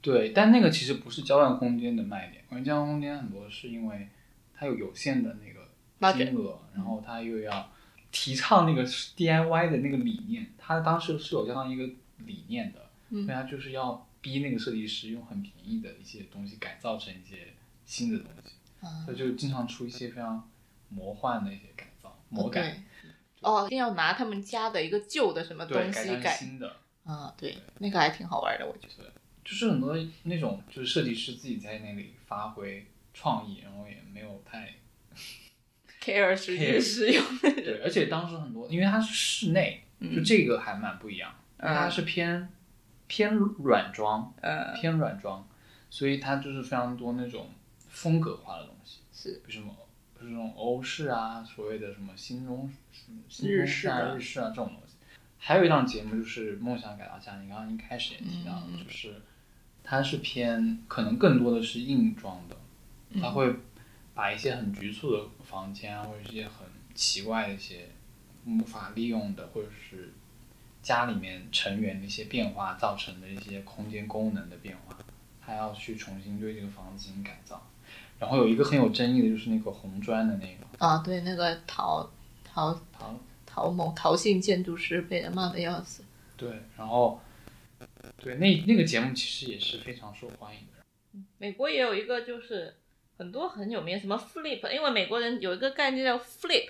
Speaker 2: 对，但那个其实不是交换空间的卖点，因为交换空间很多是因为它有有限的那个
Speaker 3: Budget
Speaker 2: 金额，然后它又要提倡那个 DIY 的那个理念，它当时是有这样一个理念的，
Speaker 3: 嗯
Speaker 2: 所以它就是要逼那个设计师用很便宜的一些东西改造成一些新的东西，
Speaker 3: 啊
Speaker 2: 所以就经常出一些非常魔幻的一些改造、魔改，
Speaker 3: 哦对。哦，一定要拿他们家的一个旧的什么
Speaker 2: 对，
Speaker 3: 东
Speaker 2: 改
Speaker 3: 西
Speaker 2: 成
Speaker 3: 改
Speaker 2: 新的。
Speaker 3: 啊，对，那个还挺好玩的，我觉得。
Speaker 2: 就是很多那种就是设计师自己在那里发挥创意，然后也没有太
Speaker 3: care 实际
Speaker 2: care
Speaker 3: 使用的人，
Speaker 2: 对，而且当时很多，因为它是室内，
Speaker 3: 嗯
Speaker 2: 就这个还蛮不一样，因为它是偏偏软装，
Speaker 3: 呃，
Speaker 2: 偏软装，所以它就是非常多那种风格化的东西，
Speaker 3: 是
Speaker 2: 比如什么就是那种欧式啊，所谓的什么新中什么新
Speaker 3: 日
Speaker 2: 中
Speaker 3: 式
Speaker 2: 啊、
Speaker 3: 的
Speaker 2: 日式啊这种东西。还有一档节目就是《梦想改造家》，你刚刚一开始也提到了，
Speaker 3: 嗯
Speaker 2: 就是它是偏可能更多的是硬装的，它会把一些很局促的房间啊，或者是一些很奇怪的一些无法利用的，或者是家里面成员的一些变化造成的一些空间功能的变化，它要去重新对这个房子进行改造。然后有一个很有争议的就是那个红砖的那个，
Speaker 3: 啊，对，那个陶陶
Speaker 2: 它
Speaker 3: 陶某陶姓建筑师被人骂的要死，
Speaker 2: 对，然后对那那个节目其实也是非常受欢迎的。
Speaker 1: 美国也有一个就是很多很有名什么 flip，因为美国人有一个概念叫 flip，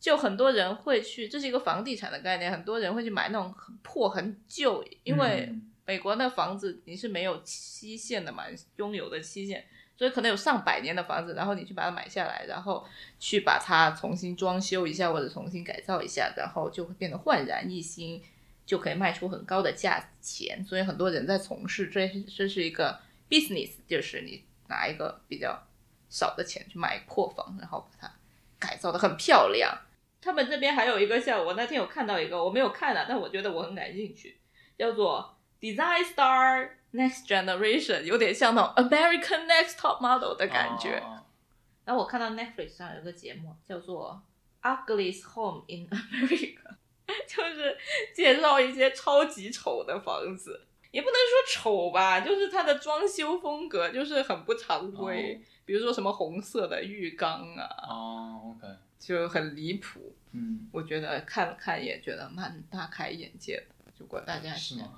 Speaker 1: 就很多人会去，这是一个房地产的概念，很多人会去买那种很破很旧，因为
Speaker 2: 嗯
Speaker 1: 美国那房子你是没有期限的嘛，拥有的期限。所以可能有上百年的房子，然后你去把它买下来，然后去把它重新装修一下或者重新改造一下，然后就会变得焕然一新，就可以卖出很高的价钱。所以很多人在从事这这是一个 business，就是你拿一个比较少的钱去买一个破房，然后把它改造的很漂亮。他们这边还有一个像我那天有看到一个，我没有看啊，但我觉得我很感兴趣，叫做 Design Star Next Generation，有点像那种 American Next Top Model 的感觉。
Speaker 2: 哦
Speaker 1: 然后我看到 Netflix 上有个节目叫做《Ugliest Home in America》，就是介绍一些超级丑的房子。
Speaker 3: 也不能说丑吧，就是它的装修风格就是很不常规，比如说什么红色的浴缸啊，
Speaker 2: 哦，OK，
Speaker 3: 就很离谱。
Speaker 2: 嗯，
Speaker 3: 我觉得看了看也觉得蛮大开眼界的，如果大家
Speaker 2: 是吗？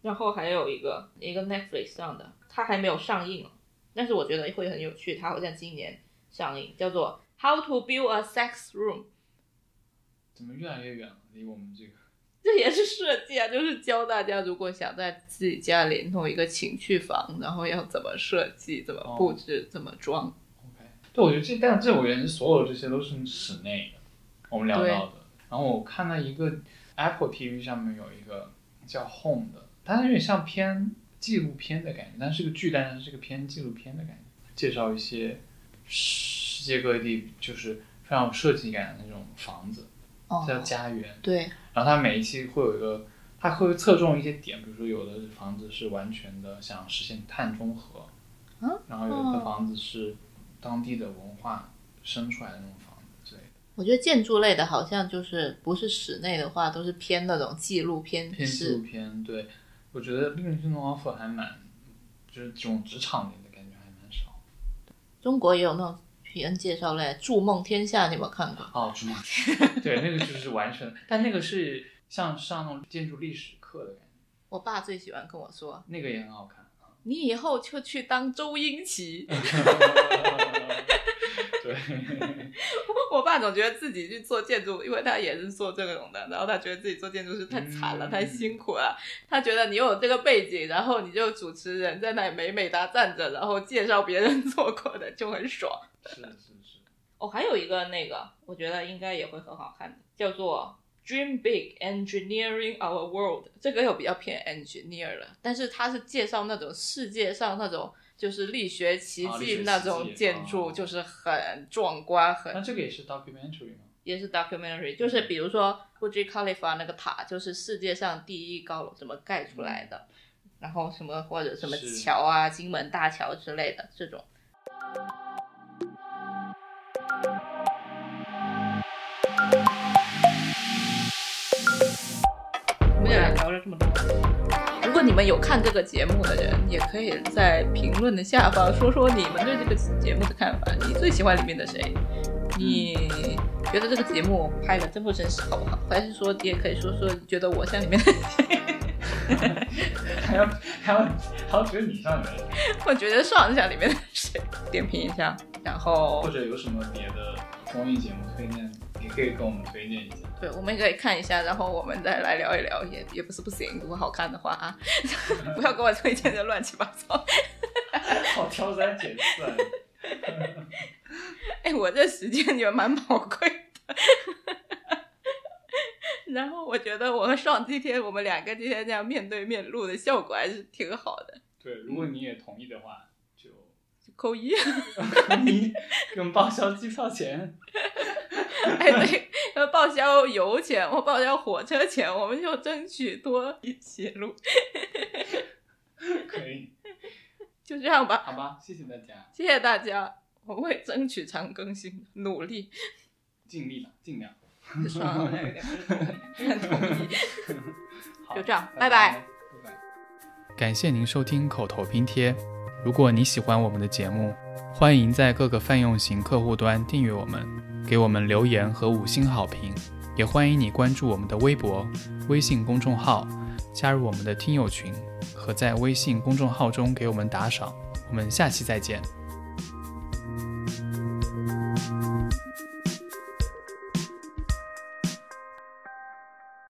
Speaker 3: 然后还有一个一个 Netflix 上的，它还没有上映，但是我觉得会很有趣，它好像今年上映，叫做《How to Build a Sex Room》，
Speaker 2: 怎么越来越远了？离我们这个
Speaker 3: 这也是设计啊，就是教大家如果想在自己家里弄一个情趣房，然后要怎么设计、怎么布置、怎么装。
Speaker 2: OK，对，我觉得这，但这我原来所有这些都是室内的，我们聊到的。然后我看到一个 Apple TV 上面有一个叫 Home 的，它有点像偏纪录片的感觉，但是个剧，但是是个偏纪录片的感觉，介绍一些世界各地就是非常有设计感的那种房子，叫家园。
Speaker 3: 哦对，
Speaker 2: 然后它每一期会有一个，它会侧重一些点，比如说有的房子是完全的想实现碳中和，
Speaker 3: 嗯
Speaker 2: 然后有的房子是当地的文化生出来的那种房子之类的，
Speaker 3: 我觉得建筑类的好像就是不是室内的话，都是偏那种纪录片
Speaker 2: 偏纪录
Speaker 3: 式。
Speaker 2: 片。对，我觉得令这种 offer 还蛮，就是这种职场类的感觉还蛮少。
Speaker 3: 中国也有那种体验介绍类，《筑梦天下》你有没有看过？
Speaker 2: 哦，主 对，那个就是完全，但那个是像上那种建筑历史课的感觉，
Speaker 3: 我爸最喜欢跟我说，
Speaker 2: 那个也很好看。
Speaker 3: 你以后就去当周星驰。
Speaker 2: 嗯对。
Speaker 3: 我爸总觉得自己去做建筑，因为他也是做这种的，然后他觉得自己做建筑师太惨了，
Speaker 2: 嗯
Speaker 3: 太辛苦了。他觉得你有这个背景，然后你就主持人在那里美美哒站着，然后介绍别人做过的，就很爽。
Speaker 2: 是是是，
Speaker 3: 哦，还有一个那个，我觉得应该也会很好看的，叫做《Dream Big Engineering Our World》。这个又比较偏 engineer 了，但是它是介绍那种世界上那种就是力学奇
Speaker 2: 啊力
Speaker 3: 迹
Speaker 2: 学奇
Speaker 3: 那种
Speaker 2: 迹
Speaker 3: 建筑，
Speaker 2: 哦
Speaker 3: 就是很壮观、很
Speaker 2: 那这个也是 documentary 吗？
Speaker 3: 也是 documentary，就是比如说布 u 卡 j i Khalifa 那个塔，就是世界上第一高楼怎么盖出来的，然后什么或者什么
Speaker 2: 是
Speaker 3: 桥啊，金门大桥之类的这种。我们也聊了这么多。如果你们有看这个节目的人，也可以在评论的下方说说你们对这个节目的看法。你最喜欢里面的谁？你觉得这个节目拍的真不真实，好不好？还是说你也可以说说你觉得我像里面 的谁？
Speaker 2: 还要还要还要觉得你上人，
Speaker 3: 我觉得上像里面的谁？点评一下，然后
Speaker 2: 或者有什么别的综艺节目推荐，也可以跟我们推荐一下。
Speaker 3: 对，我们也可以看一下，然后我们再来聊一聊，也也不是不行。如果好看的话啊， 不要给我推荐的乱七八糟。
Speaker 2: 好挑三拣四啊，
Speaker 3: 哎，我这时间也蛮宝贵的。 然后我觉得我和上今天我们两个今天这样面对面录的效果还是挺好的，
Speaker 2: 对，如果你也同意的话，就
Speaker 3: 扣一。
Speaker 2: 你给我们报销机票钱。
Speaker 3: 哎，对，呃，报销油钱或报销火车钱，我们就争取多一起录，
Speaker 2: 可以，
Speaker 3: 就这样吧。
Speaker 2: 好吧，谢谢大家，
Speaker 3: 谢谢大家，我会争取常更新的，努力。
Speaker 2: 尽力了，尽量。
Speaker 3: 算了， 我有点不是很同意。
Speaker 2: 好
Speaker 3: 就这样拜拜
Speaker 2: 拜，拜拜。感谢您收听口头拼贴。如果你喜欢我们的节目，欢迎在各个泛用型客户端订阅我们，给我们留言和五星好评。也欢迎你关注我们的微博、微信公众号，加入我们的听友群和在微信公众号中给我们打赏。我们下期再见。